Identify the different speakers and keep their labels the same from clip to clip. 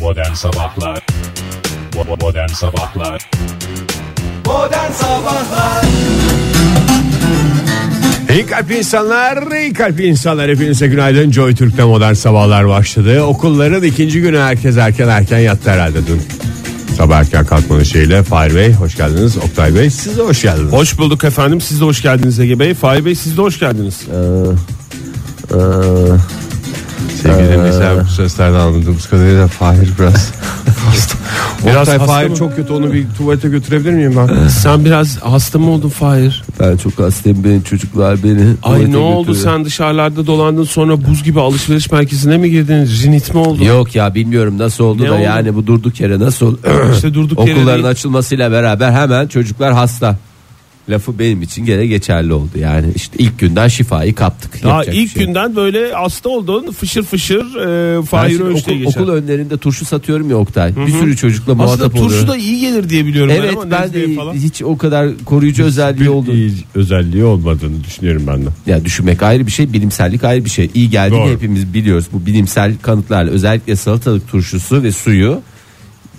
Speaker 1: Modern Sabahlar Bo- Modern Sabahlar
Speaker 2: Modern Sabahlar
Speaker 3: İyi kalpli insanlar, iyi kalpli insanlar hepinize günaydın. Joy Türk'te modern sabahlar başladı. Okulların ikinci günü herkes erken erken yattı herhalde dün. Sabah erken kalkmanın şeyle Fahir Bey hoş geldiniz. Oktay Bey siz de hoş geldiniz.
Speaker 4: Hoş bulduk efendim. Siz de hoş geldiniz Ege Bey. Fahri Bey siz de hoş geldiniz.
Speaker 3: Ee, e,
Speaker 5: Sevgili dinleyiciler bu sözlerden anladığımız kadarıyla Fahir biraz
Speaker 3: Oktay
Speaker 4: Biraz hasta
Speaker 3: Fahir
Speaker 4: mı? Ee,
Speaker 3: çok kötü onu bir tuvalete götürebilir miyim ben?
Speaker 4: Sen biraz hasta mı oldun Fahir?
Speaker 5: Ben çok hastayım beni çocuklar beni
Speaker 4: Ay
Speaker 5: tuvalete
Speaker 4: ne oldu
Speaker 5: götürüyor.
Speaker 4: sen dışarılarda dolandın sonra buz gibi alışveriş merkezine mi girdin? Rinit mi oldu?
Speaker 5: Yok ya bilmiyorum nasıl oldu
Speaker 4: Ne
Speaker 5: da
Speaker 4: oldu?
Speaker 5: yani bu durduk yere nasıl
Speaker 4: İşte durduk yere
Speaker 5: okulların
Speaker 4: değil.
Speaker 5: açılmasıyla beraber hemen çocuklar hasta lafı benim için gene geçerli oldu yani işte ilk günden şifayı kaptık.
Speaker 4: Daha
Speaker 5: Yapacak bir
Speaker 4: ilk
Speaker 5: şey yok.
Speaker 4: günden böyle hasta oldun fışır fışır e,
Speaker 5: Ben
Speaker 4: Fahir
Speaker 5: şimdi
Speaker 4: Öğüş'te
Speaker 5: okul,
Speaker 4: geçer.
Speaker 5: okul önlerinde turşu satıyorum ya Oktay. Bir sürü çocukla
Speaker 4: Aslında
Speaker 5: muhatap
Speaker 4: turşu
Speaker 5: oluyorum.
Speaker 4: da iyi gelir diye biliyorum
Speaker 5: Evet
Speaker 4: ben ama
Speaker 5: ben de
Speaker 4: nezleye falan.
Speaker 5: hiç o kadar koruyucu özelliği olduğunu
Speaker 3: iyi özelliği olmadığını düşünüyorum ben de.
Speaker 5: Ya düşünmek ayrı bir şey, bilimsellik ayrı bir şey. İyi geldi
Speaker 3: Doğru.
Speaker 5: hepimiz biliyoruz. Bu bilimsel kanıtlarla özellikle salatalık turşusu ve suyu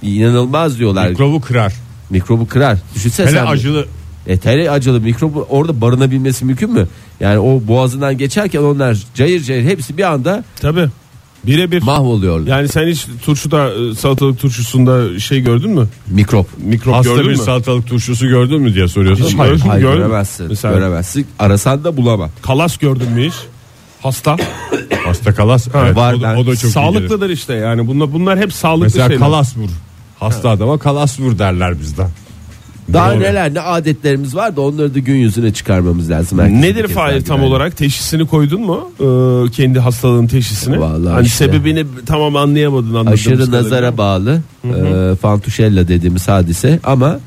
Speaker 5: inanılmaz diyorlar.
Speaker 3: Mikrobu kırar.
Speaker 5: mikrobu kırar. Düşünsene
Speaker 3: Hele
Speaker 5: sen.
Speaker 3: acılı.
Speaker 5: E, tele acılı mikrobu orada barınabilmesi mümkün mü? Yani o boğazından geçerken onlar cayır cayır hepsi bir anda
Speaker 4: Tabii. Birebir.
Speaker 5: mahvoluyorlar.
Speaker 4: yani sen hiç turşuda e, salatalık turşusunda şey gördün mü?
Speaker 5: Mikrop.
Speaker 4: Mikrop
Speaker 3: Hasta
Speaker 4: gördün
Speaker 3: bir
Speaker 4: mü?
Speaker 3: salatalık turşusu gördün mü diye soruyorsun.
Speaker 4: Hiç
Speaker 3: Hayır.
Speaker 4: gördüm.
Speaker 5: Hayır
Speaker 4: gördün mü?
Speaker 5: göremezsin.
Speaker 4: Mesela-
Speaker 5: Göremezsin. Arasan da bulamam.
Speaker 4: Kalas gördün mü hiç? Hasta.
Speaker 3: Hasta kalas. Evet,
Speaker 5: var
Speaker 3: o, da,
Speaker 5: ben-
Speaker 3: o da çok iyi gelir.
Speaker 4: Sağlıklıdır işte yani. Bunlar bunlar hep sağlıklı
Speaker 3: Mesela
Speaker 4: şeyler.
Speaker 3: kalas vur. Hasta adama kalas vur derler bizden.
Speaker 5: Daha
Speaker 3: Doğru.
Speaker 5: neler ne adetlerimiz var da onları da gün yüzüne çıkarmamız lazım. Herkes bir
Speaker 4: Nedir
Speaker 5: kez
Speaker 4: Fahir
Speaker 5: daha
Speaker 4: tam
Speaker 5: güvenli.
Speaker 4: olarak teşhisini koydun mu? Ee, kendi hastalığın teşhisini.
Speaker 5: Vallahi
Speaker 4: hani
Speaker 5: işte.
Speaker 4: sebebini tam anlayamadın anladığımız
Speaker 5: aşırı
Speaker 4: kadarıyla.
Speaker 5: nazara bağlı e, fantuşella dediğimiz hadise ama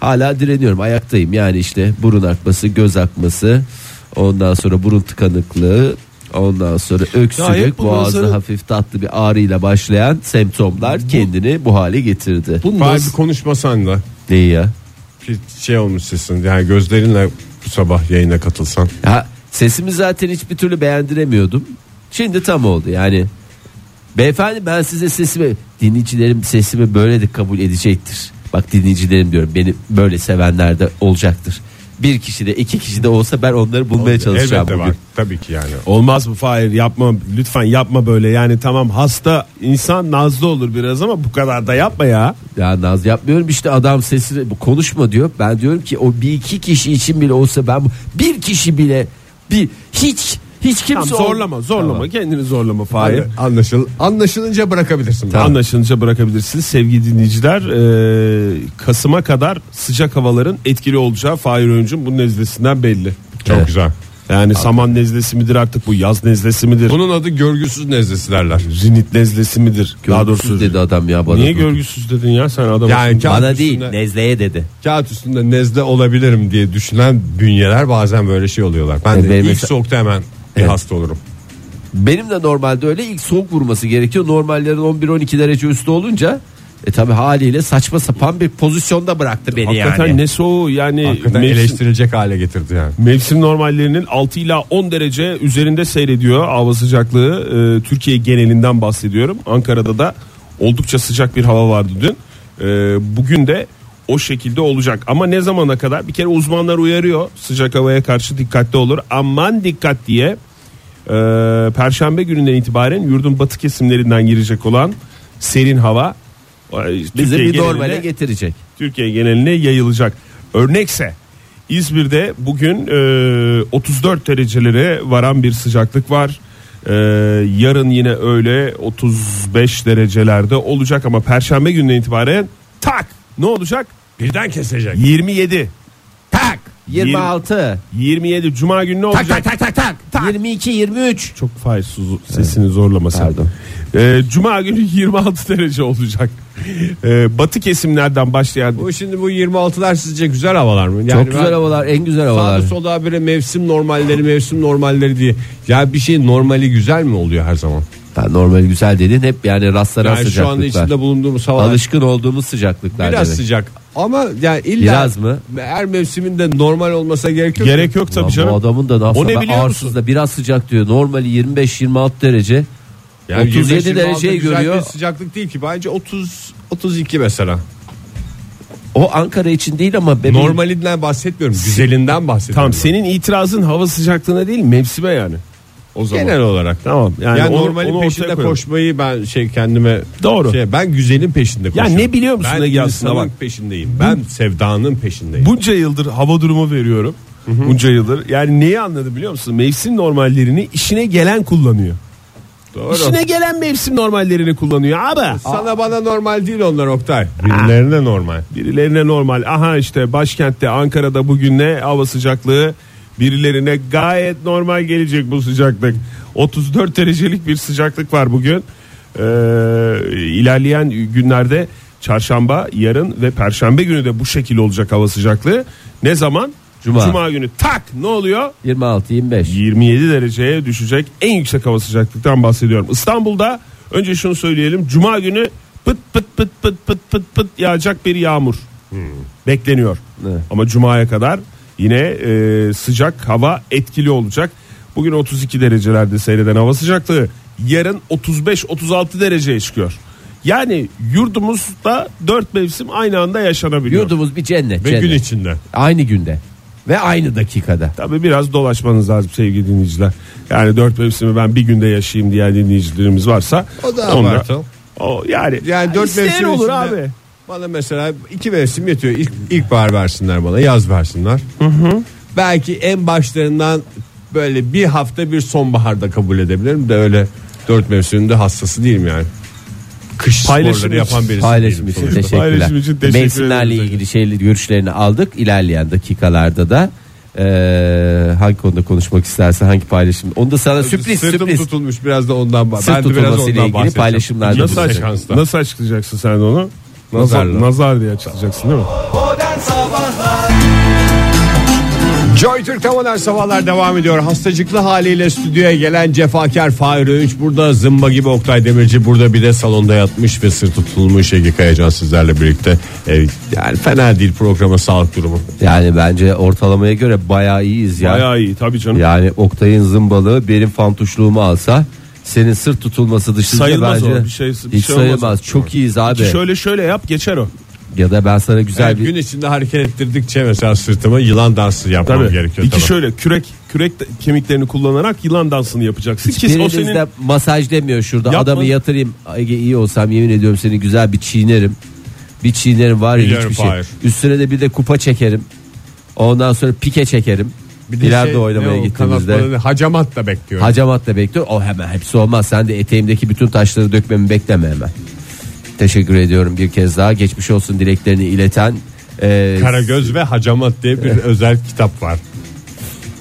Speaker 5: hala direniyorum ayaktayım yani işte burun akması göz akması ondan sonra burun tıkanıklığı ondan sonra öksürük
Speaker 4: hep bu
Speaker 5: boğazda
Speaker 4: nazara-
Speaker 5: hafif tatlı bir ağrıyla başlayan semptomlar kendini bu hale getirdi.
Speaker 4: Bu
Speaker 3: Fahir
Speaker 4: naz-
Speaker 3: bir konuşmasan da.
Speaker 5: Neyi ya?
Speaker 3: Bir şey olmuş sesin yani gözlerinle bu sabah yayına katılsan.
Speaker 5: Ha, sesimi zaten hiçbir türlü beğendiremiyordum. Şimdi tam oldu yani. Beyefendi ben size sesimi dinleyicilerim sesimi böyle de kabul edecektir. Bak dinleyicilerim diyorum beni böyle sevenler de olacaktır. Bir kişi de iki kişi de olsa ben onları bulmaya çalışacağım
Speaker 3: Elbette
Speaker 5: bugün.
Speaker 3: var tabii ki yani.
Speaker 4: Olmaz mı Fahir yapma lütfen yapma böyle yani tamam hasta insan nazlı olur biraz ama bu kadar da yapma ya.
Speaker 5: Ya naz yapmıyorum işte adam sesini bu konuşma diyor. Ben diyorum ki o bir iki kişi için bile olsa ben bu bir kişi bile bir hiç hiç
Speaker 4: Tamam,
Speaker 5: kimse ol-
Speaker 4: zorlama zorlama kendini zorlama Fahir.
Speaker 3: Hayır. Anlaşıl, anlaşılınca bırakabilirsin.
Speaker 4: Anlaşılınca bırakabilirsiniz sevgili dinleyiciler. Ee, Kasım'a kadar sıcak havaların etkili olacağı Fahir Öncü'nün bu nezlesinden belli.
Speaker 3: Çok
Speaker 5: Evet.
Speaker 3: güzel.
Speaker 4: Yani saman nezlesi midir artık bu yaz nezlesi midir?
Speaker 3: Bunun adı görgüsüz nezlesi derler.
Speaker 4: zinit nezlesi midir? Daha
Speaker 5: Görgüsüz
Speaker 4: doğrusu
Speaker 5: dedi adam ya bana.
Speaker 4: Niye görgüsüz dedin ya sen adam?
Speaker 3: Yani kağıt
Speaker 5: Bana değil
Speaker 3: üstünde,
Speaker 5: nezleye dedi.
Speaker 3: kağıt üstünde nezle olabilirim diye düşünen bünyeler bazen böyle şey oluyorlar. Ben
Speaker 5: E,
Speaker 3: de
Speaker 5: benim
Speaker 3: ilk
Speaker 5: mesela-
Speaker 3: soğukta hemen bir
Speaker 5: Evet.
Speaker 3: hasta olurum.
Speaker 5: Benim de normalde öyle ilk soğuk vurması gerekiyor. Normallerin 11-12 derece üstü olunca e tabi haliyle saçma sapan bir pozisyonda bıraktı beni
Speaker 4: Hakikaten
Speaker 5: yani.
Speaker 4: ne soğuğu yani
Speaker 3: Hakikaten
Speaker 4: mevsim,
Speaker 3: eleştirilecek hale getirdi yani.
Speaker 4: mevsim normallerinin 6 ila 10 derece üzerinde seyrediyor hava sıcaklığı. Ee, Türkiye genelinden bahsediyorum. Ankara'da da oldukça sıcak bir hava vardı dün. Ee, bugün de o şekilde olacak ama ne zamana kadar bir kere uzmanlar uyarıyor sıcak havaya karşı dikkatli olur aman dikkat diye Ee, Perşembe gününden itibaren yurdun batı kesimlerinden girecek olan serin hava
Speaker 5: Bizi
Speaker 4: Türkiye
Speaker 5: bir normale
Speaker 4: genelinde-
Speaker 5: getirecek.
Speaker 4: Türkiye geneline yayılacak. Örnekse İzmir'de bugün e, 34 derecelere varan bir sıcaklık var. E, yarın yine öyle 35 derecelerde olacak ama perşembe gününden itibaren tak ne olacak?
Speaker 3: Birden kesecek.
Speaker 4: 27. Tak
Speaker 5: 26,
Speaker 4: 27 cuma günü ne olacak? Tak tak tak tak.
Speaker 5: 22, 23.
Speaker 4: Çok faizsiz sesini zorlama sen.
Speaker 5: Pardon.
Speaker 4: E, cuma günü 26 derece olacak. E, batı kesimlerden başlayan
Speaker 3: Bu şimdi bu 26'lar sizce güzel havalar mı? Yani
Speaker 5: Çok güzel
Speaker 3: ben-
Speaker 5: havalar, en güzel havalar.
Speaker 3: Sağda solda böyle mevsim normalleri mevsim normalleri diye. Ya bir şey normali güzel mi oluyor her zaman?
Speaker 5: Ha, normal güzel dedin hep yani rastlanan
Speaker 3: Yani şu anda
Speaker 5: sıcaklıklar.
Speaker 3: içinde bulunduğumuz havalar
Speaker 5: Alışkın olduğumuz sıcaklıklar
Speaker 3: biraz
Speaker 5: demek.
Speaker 3: sıcak. Ama yani illa
Speaker 5: Biraz mı?
Speaker 3: Her mevsimin de normal olmasa gerek yok.
Speaker 4: gerek yok
Speaker 5: Ulan
Speaker 4: tabii canım.
Speaker 5: Bu adamın da
Speaker 4: O ne
Speaker 5: lafı
Speaker 4: biliyor
Speaker 5: ağırsız
Speaker 4: musun?
Speaker 5: da biraz sıcak diyor. Normali 25-26 derece.
Speaker 3: Yani
Speaker 5: 37
Speaker 3: 25-26
Speaker 5: dereceyi
Speaker 3: güzel
Speaker 5: görüyor.
Speaker 3: bir sıcaklık değil ki. Bence 30 32 mesela.
Speaker 5: O Ankara için değil ama bebeğim.
Speaker 3: Normalinden bahsetmiyorum. Güzelinden bahsediyorum.
Speaker 4: Tamam senin itirazın hava sıcaklığına değil mevsime yani. O zaman.
Speaker 3: genel olarak.
Speaker 4: Tamam. Yani,
Speaker 3: Yani,
Speaker 4: onu-
Speaker 3: normalin
Speaker 4: onu ortaya
Speaker 3: peşinde
Speaker 4: koyalım.
Speaker 3: koşmayı ben şey kendime
Speaker 4: Doğru.
Speaker 3: Şey, ben güzelin peşinde koşuyorum.
Speaker 4: ne biliyor musun
Speaker 3: ben
Speaker 4: Ege aslında
Speaker 3: insanın
Speaker 4: bak?
Speaker 3: peşindeyim. Ben sevdanın peşindeyim.
Speaker 4: Bunca yıldır hava durumu veriyorum. Bunca yıldır. Yani neyi anladı biliyor musun? Mevsim normallerini işine gelen kullanıyor.
Speaker 3: Doğru.
Speaker 4: İşine gelen mevsim normallerini kullanıyor abi.
Speaker 3: Sana bana normal değil onlar Oktay. Birilerine normal.
Speaker 4: Birilerine normal. Aha işte başkentte Ankara'da bugün ne hava sıcaklığı birilerine gayet normal gelecek bu sıcaklık. 34 derecelik bir sıcaklık var bugün. Ee, ilerleyen günlerde çarşamba, yarın ve perşembe günü de bu şekil olacak hava sıcaklığı. Ne zaman?
Speaker 5: Cuma.
Speaker 4: günü. Tak ne oluyor?
Speaker 5: 26 25.
Speaker 4: 27 dereceye düşecek en yüksek hava sıcaklıktan bahsediyorum. İstanbul'da önce şunu söyleyelim. Cuma günü pıt pıt pıt pıt pıt pıt pıt yağacak bir yağmur bekleniyor.
Speaker 5: Evet.
Speaker 4: Ama Cuma'ya kadar yine e, sıcak hava etkili olacak. Bugün 32 derecelerde seyreden hava sıcaklığı yarın 35-36 dereceye çıkıyor. Yani yurdumuzda 4 mevsim aynı anda yaşanabiliyor.
Speaker 5: Yurdumuz bir cennet.
Speaker 3: Ve
Speaker 5: cennet.
Speaker 3: gün içinde.
Speaker 5: Aynı günde ve aynı dakikada.
Speaker 4: Tabii biraz dolaşmanız lazım sevgili dinleyiciler. Yani dört mevsimi ben bir günde yaşayayım diyen dinleyicilerimiz varsa.
Speaker 3: O da
Speaker 4: onlar-
Speaker 3: abartı.
Speaker 4: O yani,
Speaker 3: Yani dört
Speaker 4: isteyen
Speaker 3: mevsim
Speaker 4: olur
Speaker 3: içinde-
Speaker 4: abi.
Speaker 3: Bana mesela iki mevsim yetiyor. İlk, ilkbahar versinler bana, yaz versinler. Belki en başlarından böyle bir hafta bir sonbaharda kabul edebilirim de öyle dört mevsiminde hassası değilim yani. Kış
Speaker 4: Paylaşım
Speaker 3: sporları
Speaker 4: için-
Speaker 3: yapan birisi.
Speaker 5: Paylaşım
Speaker 3: değilim
Speaker 5: için
Speaker 3: sonuçta.
Speaker 5: teşekkürler.
Speaker 4: Paylaşım için teşekkür
Speaker 5: Mevsimlerle
Speaker 4: ederiz.
Speaker 5: ilgili şeyleri görüşlerini aldık. İlerleyen dakikalarda da eee, hangi konuda konuşmak istersen hangi paylaşım. Onu da sana sürpriz
Speaker 3: Sırtım
Speaker 5: sürpriz.
Speaker 3: tutulmuş biraz da ondan bah-
Speaker 5: Sırt
Speaker 3: ben de biraz
Speaker 5: tutulmasıyla
Speaker 3: ondan
Speaker 5: ilgili
Speaker 3: bahsedeceğim.
Speaker 5: paylaşımlarda
Speaker 4: Nasıl,
Speaker 5: bulunacak.
Speaker 4: aç-
Speaker 3: sekansta.
Speaker 4: nasıl açıklayacaksın sen onu? Nazar,
Speaker 3: Nazarla.
Speaker 4: nazar diye açıklayacaksın değil mi?
Speaker 2: Modern Sabahlar
Speaker 3: Joy Türk'te modern sabahlar devam ediyor. Hastacıklı haliyle stüdyoya gelen cefakar Fahir Öğünç burada zımba gibi Oktay Demirci burada bir de salonda yatmış ve sır tutulmuş Ege Kayacan sizlerle birlikte. Evet, yani fena değil programa sağlık durumu.
Speaker 5: Yani bence ortalamaya göre bayağı iyiyiz ya.
Speaker 4: Bayağı iyi tabii canım.
Speaker 5: Yani Oktay'ın zımbalığı benim fantuşluğumu alsa senin sırt tutulması dışında
Speaker 4: Sayılmaz
Speaker 5: bence
Speaker 4: o, bir şey- bir
Speaker 5: hiç
Speaker 4: şey olmaz.
Speaker 5: sayılmaz. Çok iyiyiz abi.
Speaker 4: Şöyle şöyle yap geçer o.
Speaker 5: Ya da ben sana güzel
Speaker 3: Yani
Speaker 5: bir
Speaker 3: gün içinde hareket ettirdikçe mesela sırtıma yılan dansı yapmam
Speaker 4: Tabii.
Speaker 3: gerekiyor.
Speaker 4: İki
Speaker 3: tabii.
Speaker 4: şöyle kürek kürek de- kemiklerini kullanarak yılan dansını yapacaksın. Ki o
Speaker 5: Biriniz
Speaker 4: senin
Speaker 5: de masaj demiyor şurada
Speaker 4: Yapma.
Speaker 5: adamı yatırayım Ege iyi olsam yemin ediyorum seni güzel bir çiğnerim bir çiğnerim var ya
Speaker 3: Biliyorum,
Speaker 5: hiçbir şey
Speaker 3: Fahir.
Speaker 5: üstüne de bir de kupa çekerim ondan sonra pike çekerim bir
Speaker 3: de
Speaker 5: ileride
Speaker 3: şey,
Speaker 5: oynamaya
Speaker 3: ne o,
Speaker 5: gittiğimizde
Speaker 3: kanatlarını hacamat da bekliyorum.
Speaker 5: hacamat da bekliyor o hemen hepsi olmaz sen de eteğimdeki bütün taşları dökmemi bekleme hemen teşekkür ediyorum bir kez daha geçmiş olsun dileklerini ileten e,
Speaker 3: Karagöz ve hacamat diye bir özel kitap var.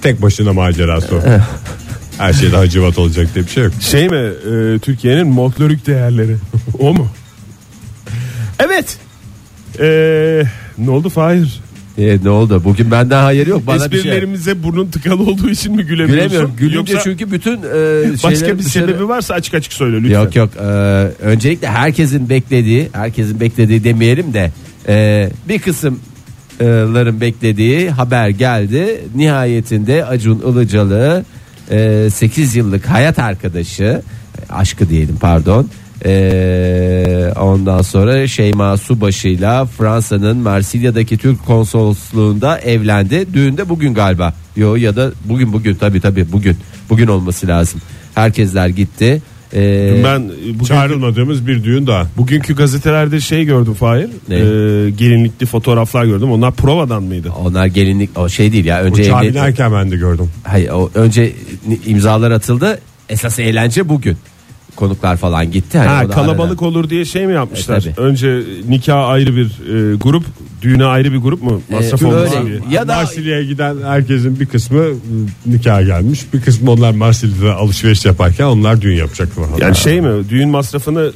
Speaker 3: Tek başına macerası o. Her şeyde hacivat olacak diye bir şey yok.
Speaker 4: Şey mi e, Türkiye'nin folklorik değerleri o mu? Evet. E, ne oldu Fahir?
Speaker 5: e, ne oldu bugün benden hayır yok bana bir şey
Speaker 4: Esprilerimize burnun tıkalı olduğu için mi gülemiyorsun?
Speaker 5: Gülemiyorum. Gülünce
Speaker 4: Yoksa
Speaker 5: çünkü bütün e,
Speaker 4: başka
Speaker 5: şeylerim
Speaker 4: bir
Speaker 5: dışarı-
Speaker 4: sebebi varsa açık açık söyle lütfen.
Speaker 5: Yok yok. Ee, öncelikle herkesin beklediği, herkesin beklediği demeyelim de e, bir kısım e, ların beklediği haber geldi. Nihayetinde Acun Ilıcalı e, 8 yıllık hayat arkadaşı, aşkı diyelim pardon. e, ondan sonra Şeyma Subaşı'yla Fransa'nın Marsilya'daki Türk konsolosluğunda evlendi. Düğün de bugün galiba. Yo ya da bugün bugün tabii tabii bugün. Bugün olması lazım. Herkesler gitti. Ee,
Speaker 4: Ben e, bugün,
Speaker 3: Çağrılmadığımız bir düğün daha.
Speaker 4: bugünkü gazetelerde şey gördüm Fahir.
Speaker 5: Ne?
Speaker 3: Ee,
Speaker 4: E, gelinlikli fotoğraflar gördüm. Onlar provadan mıydı?
Speaker 5: Onlar gelinlik o şey değil ya önce
Speaker 3: Uçağa
Speaker 5: evli-
Speaker 3: binerken ben de gördüm.
Speaker 5: hayır, o önce ni- imzalar atıldı. Esas eğlence bugün. Konuklar falan gitti. Hani
Speaker 4: Ha,
Speaker 5: o da
Speaker 4: kalabalık
Speaker 5: aradan-
Speaker 4: olur diye şey mi yapmışlar?
Speaker 5: E, tabii.
Speaker 4: Önce nikah ayrı bir e, grup, düğüne ayrı bir grup mu? Masraf
Speaker 5: E, öyle.
Speaker 4: olmasın diye.
Speaker 5: Ya da-
Speaker 3: Ee, Marsilya'ya giden herkesin bir kısmı ıı, nikaha gelmiş. Bir kısmı onlar Marsilya'da alışveriş yaparken onlar düğün yapacak falan.
Speaker 4: Yani şey mi? Düğün masrafını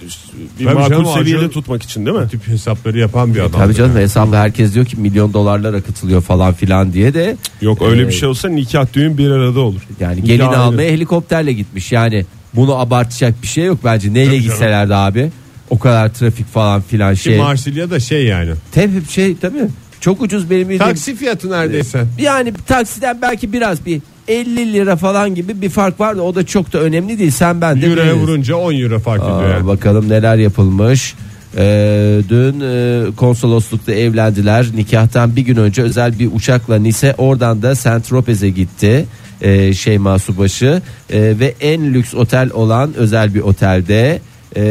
Speaker 4: bir
Speaker 3: Tabii
Speaker 4: makul
Speaker 3: canım,
Speaker 4: seviyede
Speaker 3: acı-
Speaker 4: tutmak için değil mi?
Speaker 3: Bu tip hesapları yapan bir adam.
Speaker 5: Tabii canım hesapta herkes diyor ki milyon dolarlar akıtılıyor falan filan diye de
Speaker 4: Yok öyle bir şey olsa nikah düğün bir arada olur.
Speaker 5: yani
Speaker 4: Nikah
Speaker 5: gelini
Speaker 4: ayrı.
Speaker 5: almaya helikopterle gitmiş. Yani bunu abartacak bir şey yok bence. Neyle gitselerdi abi? O kadar trafik falan filan şey.
Speaker 3: Marsilya da şey yani.
Speaker 5: Tabii şey tabii. Çok ucuz benim bildiğim-
Speaker 3: Taksi fiyatı neredeyse.
Speaker 5: Yani taksiden belki biraz bir 50 lira falan gibi bir fark vardı. O da çok da önemli değil. Sen ben de
Speaker 3: Euro'ya
Speaker 5: biliriz.
Speaker 3: vurunca 10 euro fark
Speaker 5: Aa,
Speaker 3: ediyor. yani.
Speaker 5: Bakalım neler yapılmış. Ee, dün e, konsoloslukta evlendiler. Nikahtan bir gün önce özel bir uçakla Nice oradan da Saint Tropez'e gitti. Ee, Şeyma Subaşı Ee, ve en lüks otel olan özel bir otelde e,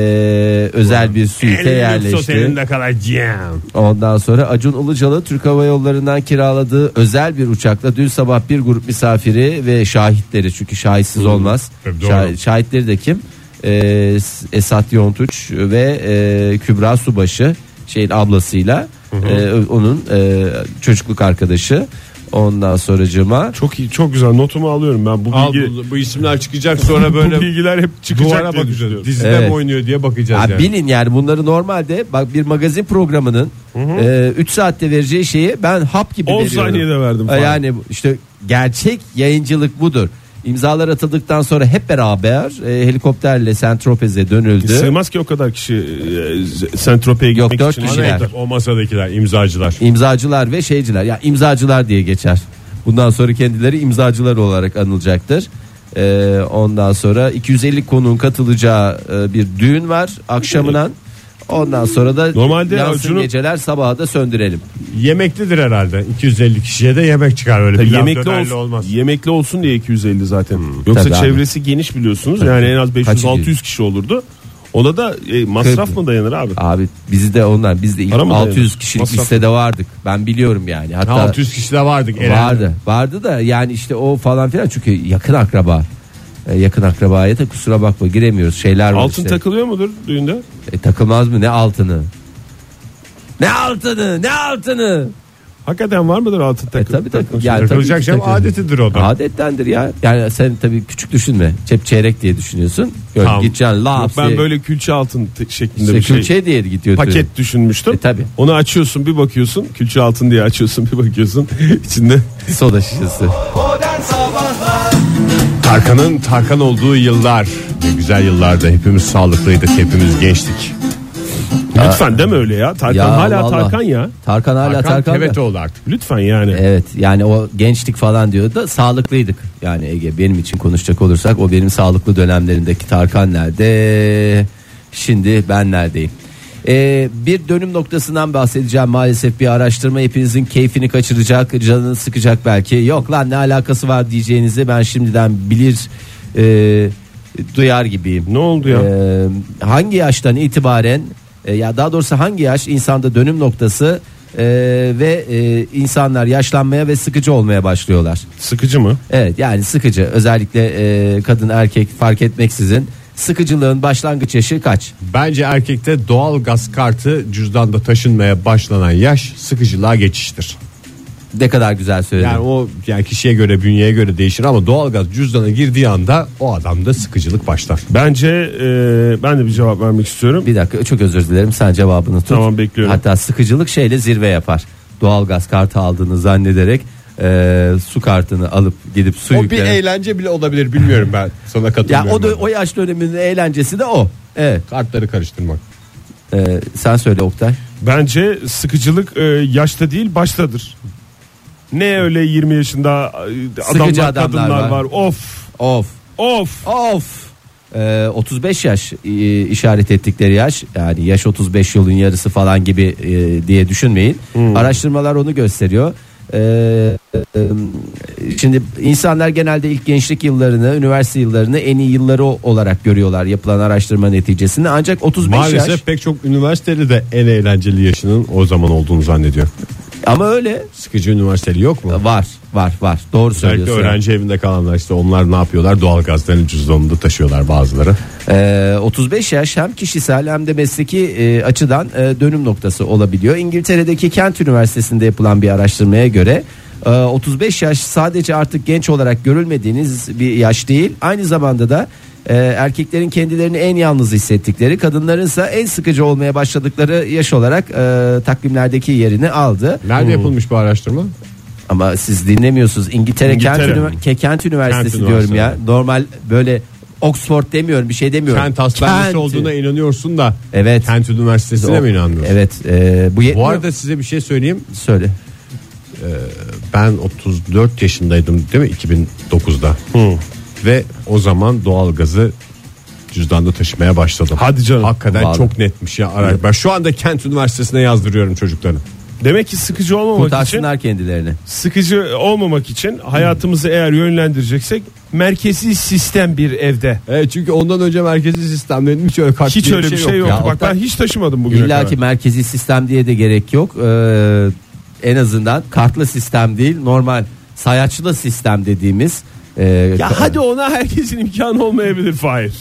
Speaker 5: özel bir suite yerleşti.
Speaker 3: otelinde kalacağım.
Speaker 5: Ondan sonra Acun Ilıcalı Türk Hava Yolları'ndan kiraladığı özel bir uçakla dün sabah bir grup misafiri ve şahitleri çünkü şahitsiz olmaz.
Speaker 3: Hmm. tabii doğru.
Speaker 5: Şah- şahitleri de kim? Ee, Esat Yontuç ve e, Kübra Subaşı şeyin ablasıyla e, onun e, çocukluk arkadaşı. Ondan sonracığıma
Speaker 4: Çok iyi, çok güzel. Notumu alıyorum ben. Bu
Speaker 3: Al
Speaker 4: bilgi
Speaker 3: bu, bu isimler çıkacak sonra böyle
Speaker 4: bu bilgiler hep
Speaker 3: duvara
Speaker 4: çıkacak diye
Speaker 3: bakacağız.
Speaker 4: düşünüyorum.
Speaker 3: Dizide
Speaker 5: Evet.
Speaker 3: mi oynuyor diye bakacağız
Speaker 5: Ya
Speaker 3: yani.
Speaker 5: bilin yani bunları normalde bak bir magazin programının 3 saatte vereceği şeyi ben hap gibi
Speaker 4: 10
Speaker 5: veriyorum. E,
Speaker 4: saniyede verdim falan.
Speaker 5: Yani bu- işte gerçek yayıncılık budur. İmzalar atıldıktan sonra hep beraber e, helikopterle Saint Tropez'e dönüldü.
Speaker 4: Sığmaz ki o kadar kişi e, Sentrope'ye
Speaker 5: Yok,
Speaker 4: gitmek
Speaker 5: dört
Speaker 4: için.
Speaker 5: kişi.
Speaker 4: Evet.
Speaker 5: bilgiler.
Speaker 3: O masadakiler imzacılar.
Speaker 5: İmzacılar ve şeyciler. Ya imzacılar diye geçer. Bundan sonra kendileri imzacılar olarak anılacaktır. E, ondan sonra 250 konuğun katılacağı e, bir düğün var akşamından. Ondan sonra da
Speaker 4: Normalde
Speaker 5: yansın
Speaker 4: Acun'un-
Speaker 5: geceler sabaha da söndürelim.
Speaker 3: Yemeklidir herhalde. 250 kişiye de yemek çıkar öyle.
Speaker 4: Tabii
Speaker 3: Pilav
Speaker 4: yemekli
Speaker 3: dönerli
Speaker 4: olsun,
Speaker 3: olmaz. Hmm.
Speaker 4: yemekli olsun diye 250 zaten. Yoksa
Speaker 5: Tabii abi.
Speaker 4: çevresi geniş biliyorsunuz. Yani en az 500-600 kişi olurdu. Ona da e, masraf
Speaker 5: Tabii.
Speaker 4: mı dayanır abi?
Speaker 5: Abi bizi de onlar biz de ilk
Speaker 4: Para mı
Speaker 5: 600
Speaker 4: dayanır?
Speaker 5: kişilik
Speaker 4: Masraf.
Speaker 5: listede vardık. Ben biliyorum yani. Hatta
Speaker 3: Ha, 600 kişi de vardık. Eren.
Speaker 5: Vardı. Vardı da yani işte o falan filan çünkü yakın akraba. E, yakın akrabaya da kusura bakma giremiyoruz. Şeyler var
Speaker 4: Altın
Speaker 5: işte.
Speaker 4: takılıyor mudur düğünde?
Speaker 5: E, takılmaz mı ne altını? Ne altını? Ne altını?
Speaker 4: Hakikaten var mıdır altın
Speaker 5: E,
Speaker 4: takı?
Speaker 5: tabii takıl.
Speaker 4: takılmış?
Speaker 5: Yani tabii
Speaker 3: Takılacak
Speaker 5: ki
Speaker 3: şey
Speaker 5: takıl-
Speaker 3: adetidir o da.
Speaker 5: Adettendir ya. Yani sen tabii küçük düşünme. Cep çeyrek diye düşünüyorsun. Böyle
Speaker 3: Tamam.
Speaker 5: gideceksin
Speaker 4: Yok,
Speaker 5: laps
Speaker 4: ben
Speaker 5: diye.
Speaker 4: böyle külçe altın te- şeklinde
Speaker 5: İşte
Speaker 4: bir şey.
Speaker 5: külçe diye gidiyor.
Speaker 4: paket düşünmüştüm.
Speaker 5: E, tabii.
Speaker 4: Onu açıyorsun bir bakıyorsun külçe altın diye açıyorsun bir bakıyorsun içinde
Speaker 5: Soda şişesi.
Speaker 2: Modern Sabahlar
Speaker 3: Tarkan'ın Tarkan olduğu yıllar. Ne güzel yıllardı. Hepimiz sağlıklıydık. Hepimiz gençtik.
Speaker 4: Lütfen deme öyle ya. Tarkan
Speaker 5: Ya
Speaker 4: hala
Speaker 5: vallahi.
Speaker 4: Tarkan ya.
Speaker 5: Tarkan hala Tarkan. da.
Speaker 3: evet oldu artık.
Speaker 4: Lütfen yani.
Speaker 5: Evet yani o gençlik falan diyor da sağlıklıydık. Yani Ege benim için konuşacak olursak o benim sağlıklı dönemlerimdeki Tarkan nerede? Şimdi ben neredeyim? Ee, bir dönüm noktasından bahsedeceğim maalesef bir araştırma hepinizin keyfini kaçıracak canını sıkacak belki yok lan ne alakası var diyeceğinizi ben şimdiden bilir e, duyar gibiyim.
Speaker 4: Ne oldu ya?
Speaker 5: Ee, hangi yaştan itibaren e, ya daha doğrusu hangi yaş insanda dönüm noktası e, ve e, insanlar yaşlanmaya ve sıkıcı olmaya başlıyorlar.
Speaker 4: Sıkıcı mı?
Speaker 5: Evet yani sıkıcı özellikle e, kadın erkek fark etmeksizin sıkıcılığın başlangıç yaşı kaç?
Speaker 3: Bence erkekte doğal gaz kartı cüzdanda taşınmaya başlanan yaş sıkıcılığa geçiştir.
Speaker 5: Ne kadar güzel söyledin.
Speaker 3: Yani o yani kişiye göre bünyeye göre değişir ama doğal gaz cüzdana girdiği anda o adamda sıkıcılık başlar.
Speaker 4: Bence e, ben de bir cevap vermek istiyorum.
Speaker 5: Bir dakika çok özür dilerim sen cevabını tut.
Speaker 4: Tamam, bekliyorum.
Speaker 5: Hatta sıkıcılık şeyle zirve yapar. Doğalgaz kartı aldığını zannederek e, su kartını alıp gidip su
Speaker 3: O bir
Speaker 5: yüklenen-
Speaker 3: eğlence bile olabilir bilmiyorum ben. Sana
Speaker 5: Ya
Speaker 3: katılmıyorum.
Speaker 5: o da,
Speaker 3: ben.
Speaker 5: o yaş döneminin eğlencesi de o. Evet.
Speaker 3: kartları karıştırmak.
Speaker 5: Ee, sen söyle Oktay.
Speaker 4: Bence sıkıcılık e, yaşta değil baştadır. Ne öyle 20 yaşında e, adamlar,
Speaker 5: Sıkıcı adamlar
Speaker 4: kadınlar var.
Speaker 5: var.
Speaker 4: Of
Speaker 5: Of.
Speaker 4: of.
Speaker 5: Of. Ee, 35 yaş e, işaret ettikleri yaş yani yaş 35 yılın yarısı falan gibi e, diye düşünmeyin.
Speaker 3: Hmm.
Speaker 5: Araştırmalar onu gösteriyor. Ee, e, şimdi insanlar genelde ilk gençlik yıllarını, üniversite yıllarını en iyi yılları olarak görüyorlar yapılan araştırma neticesinde. Ancak 35
Speaker 3: Maalesef
Speaker 5: yaş
Speaker 3: pek çok üniversitede de en eğlenceli yaşının o zaman olduğunu zannediyor.
Speaker 5: ama öyle
Speaker 3: Sıkıcı üniversiteli yok mu?
Speaker 5: var var var doğru
Speaker 3: Özellikle
Speaker 5: söylüyorsun.
Speaker 3: öğrenci evinde kalanlar işte onlar ne yapıyorlar? Doğal gazların cüzdanını da taşıyorlar bazıları.
Speaker 5: Ee, 35 yaş hem kişisel hem de mesleki e, açıdan e, dönüm noktası olabiliyor. İngiltere'deki Kent Üniversitesi'nde yapılan bir araştırmaya göre e, 35 yaş sadece artık genç olarak görülmediğiniz bir yaş değil. Aynı zamanda da e, erkeklerin kendilerini en yalnız hissettikleri, kadınlarınsa en sıkıcı olmaya başladıkları yaş olarak e, takvimlerdeki yerini aldı.
Speaker 3: Nerede yapılmış bu araştırma?
Speaker 5: Ama siz dinlemiyorsunuz. İngiltere,
Speaker 4: İngiltere
Speaker 5: Kent,
Speaker 4: mi?
Speaker 5: Ünivers- Ke- Kent Üniversitesi
Speaker 3: Kent
Speaker 5: diyorum
Speaker 3: Üniversitesi.
Speaker 5: ya. Normal böyle Oxford demiyorum, bir şey demiyorum.
Speaker 3: Kent hastanesi
Speaker 5: Kent.
Speaker 3: olduğuna inanıyorsun da
Speaker 5: Evet.
Speaker 3: Kent Üniversitesi'ne mi inanmıyorsun?
Speaker 5: Evet. e, bu, yetmiyor.
Speaker 3: Bu arada size bir şey söyleyeyim.
Speaker 5: söyle.
Speaker 3: ben 34 yaşındaydım değil mi 2009'da. Ve o zaman doğalgazı cüzdanda taşımaya başladım.
Speaker 4: Hadi canım.
Speaker 3: Hakikaten
Speaker 5: Vallahi.
Speaker 3: çok netmiş ya araç. Ben şu anda Kent Üniversitesi'ne yazdırıyorum çocuklarını.
Speaker 4: Demek ki sıkıcı olmamak için
Speaker 5: Kurtarsınlar kendilerini.
Speaker 4: sıkıcı olmamak için hayatımızı eğer yönlendireceksek merkezi sistem bir evde.
Speaker 3: Evet çünkü ondan önce merkezi sistemlerin hiç öyle kart
Speaker 4: Hiç öyle bir şey yok.
Speaker 5: Ya,
Speaker 4: Bak
Speaker 5: Oktay-
Speaker 4: ben hiç taşımadım bugüne
Speaker 5: İlla ki
Speaker 4: kadar.
Speaker 5: merkezi sistem diye de gerek yok. Ee, en azından kartlı sistem değil normal sayaçlı sistem dediğimiz. e,
Speaker 4: Ya hadi ona herkesin imkanı olmayabilir Fahir.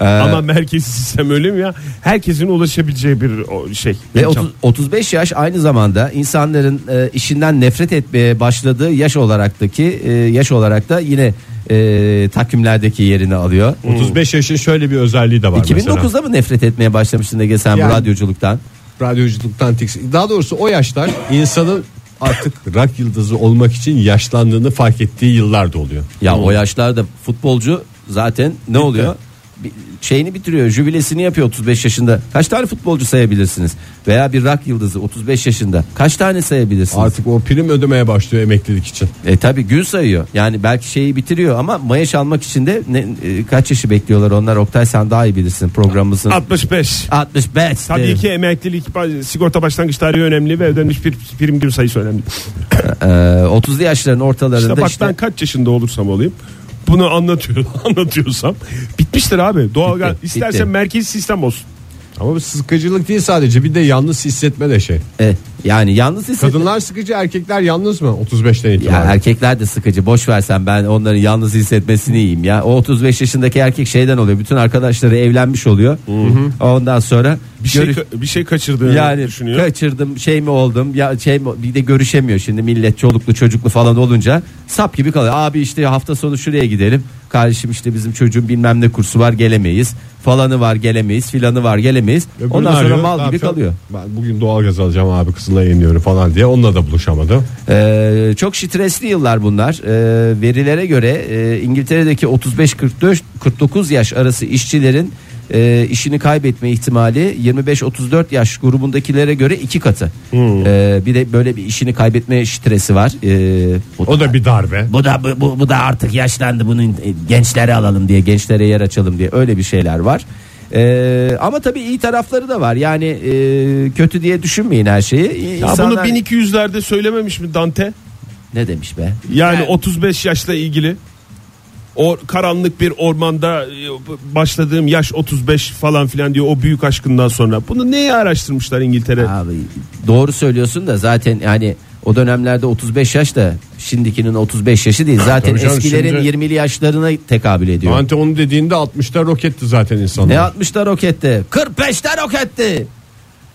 Speaker 5: e,
Speaker 4: Ama merkezi sistem öyle mi ya? Herkesin ulaşabileceği bir o şey.
Speaker 5: Ve
Speaker 4: imkan.
Speaker 5: 30 35 yaş aynı zamanda insanların e, işinden nefret etmeye başladığı yaş olaraktaki e, yaş olarak da yine e, takvimlerdeki yerini alıyor.
Speaker 3: 35 yaşın şöyle bir özelliği de var
Speaker 5: 2009'da
Speaker 3: mesela.
Speaker 5: mı nefret etmeye başlamıştın Ege sen
Speaker 3: Yani-
Speaker 5: bu radyoculuktan?
Speaker 3: Radyoculuktan tiksin. Daha doğrusu o yaşlar insanın artık rak yıldızı olmak için yaşlandığını fark ettiği yıllar da oluyor.
Speaker 5: Ya
Speaker 4: Hmm.
Speaker 5: o yaşlarda futbolcu zaten ne oluyor? Bir şeyini bitiriyor, jübilesini yapıyor 35 yaşında. Kaç tane futbolcu sayabilirsiniz? Veya bir rak yıldızı 35 yaşında. Kaç tane sayabilirsiniz?
Speaker 3: Artık o prim ödemeye başlıyor emeklilik için.
Speaker 5: E tabi gün sayıyor. Yani belki şeyi bitiriyor ama mayaş almak için de ne- e, kaç yaşı bekliyorlar onlar? Oktay sen daha iyi bilirsin programımızın.
Speaker 4: 65.
Speaker 5: 65.
Speaker 4: Tabii
Speaker 5: derim.
Speaker 4: ki emeklilik ba- sigorta başlangıç tarihi önemli ve ödenmiş bir prim gün sayısı önemli.
Speaker 5: Ee, 30'lu yaşların
Speaker 4: İşte
Speaker 5: ortalarında
Speaker 4: bak
Speaker 5: işte,
Speaker 4: ben kaç yaşında olursam olayım bunu anlatıyor anlatıyorsam bitmiştir abi. Doğalgaz
Speaker 5: Bitti,
Speaker 4: istersen
Speaker 5: bitti.
Speaker 4: merkezi sistem olsun.
Speaker 3: Ama bu sıkıcılık değil sadece bir de yalnız hissetme de şey.
Speaker 5: e, yani yalnız hisset.
Speaker 3: Kadınlar sıkıcı erkekler yalnız mı 35'ten
Speaker 5: Ya
Speaker 3: itibaren?
Speaker 5: erkekler de sıkıcı. Boş versen ben onların yalnız hissetmesini iyiyim ya. O 35 yaşındaki erkek şeyden oluyor. Bütün arkadaşları evlenmiş oluyor. Ondan sonra
Speaker 4: Bir şey
Speaker 5: görüş-
Speaker 4: ka- bir şey
Speaker 3: e,
Speaker 4: kaçırdığını
Speaker 5: yani
Speaker 4: düşünüyor.
Speaker 5: kaçırdım şey mi oldum ya şey mi, bir de görüşemiyor şimdi millet çoluklu çocuklu falan olunca sap gibi kalıyor. Abi işte hafta sonu şuraya gidelim. Kardeşim işte bizim çocuğun bilmem ne kursu var gelemeyiz. Falanı var gelemeyiz filanı var gelemeyiz.
Speaker 3: Öbürü
Speaker 5: Ondan sonra
Speaker 3: arıyor, ne
Speaker 5: mal gibi
Speaker 3: yapıyor?
Speaker 5: kalıyor.
Speaker 3: Ben bugün doğalgaz alacağım abi kızına iniyorum falan diye onunla da buluşamadı.
Speaker 5: Ee, çok stresli yıllar bunlar. Ee, verilere göre e, İngiltere'deki 35-49 yaş arası işçilerin e, işini kaybetme ihtimali 25-34 yaş grubundakilere göre iki katı. Ee, bir de böyle bir işini kaybetme stresi var. Ee,
Speaker 3: O da bir darbe.
Speaker 5: bu da bu, bu, bu da artık yaşlandı bunun e, gençlere alalım diye gençlere yer açalım diye öyle bir şeyler var. Ee, ama tabii iyi tarafları da var. Yani e, kötü diye düşünmeyin her şeyi. İ-
Speaker 4: Ya bunu
Speaker 5: insanlar-
Speaker 4: 1200'lerde söylememiş mi Dante?
Speaker 5: ne demiş be?
Speaker 4: Yani 35 yaşla ilgili o karanlık bir ormanda e, başladığım yaş 35 falan filan diyor o büyük aşkından sonra. Bunu neye araştırmışlar İngiltere?
Speaker 5: Abi doğru söylüyorsun da zaten yani o dönemlerde 35 yaş da şimdikinin 35 yaşı değil. Zaten
Speaker 3: tabii canım,
Speaker 5: eskilerin
Speaker 3: şimdi-
Speaker 5: 20'li yaşlarına tekabül ediyor.
Speaker 3: Ante onu dediğinde 60'ta roketti zaten insanlar.
Speaker 5: ne 60'ta roketti? 45'te roketti.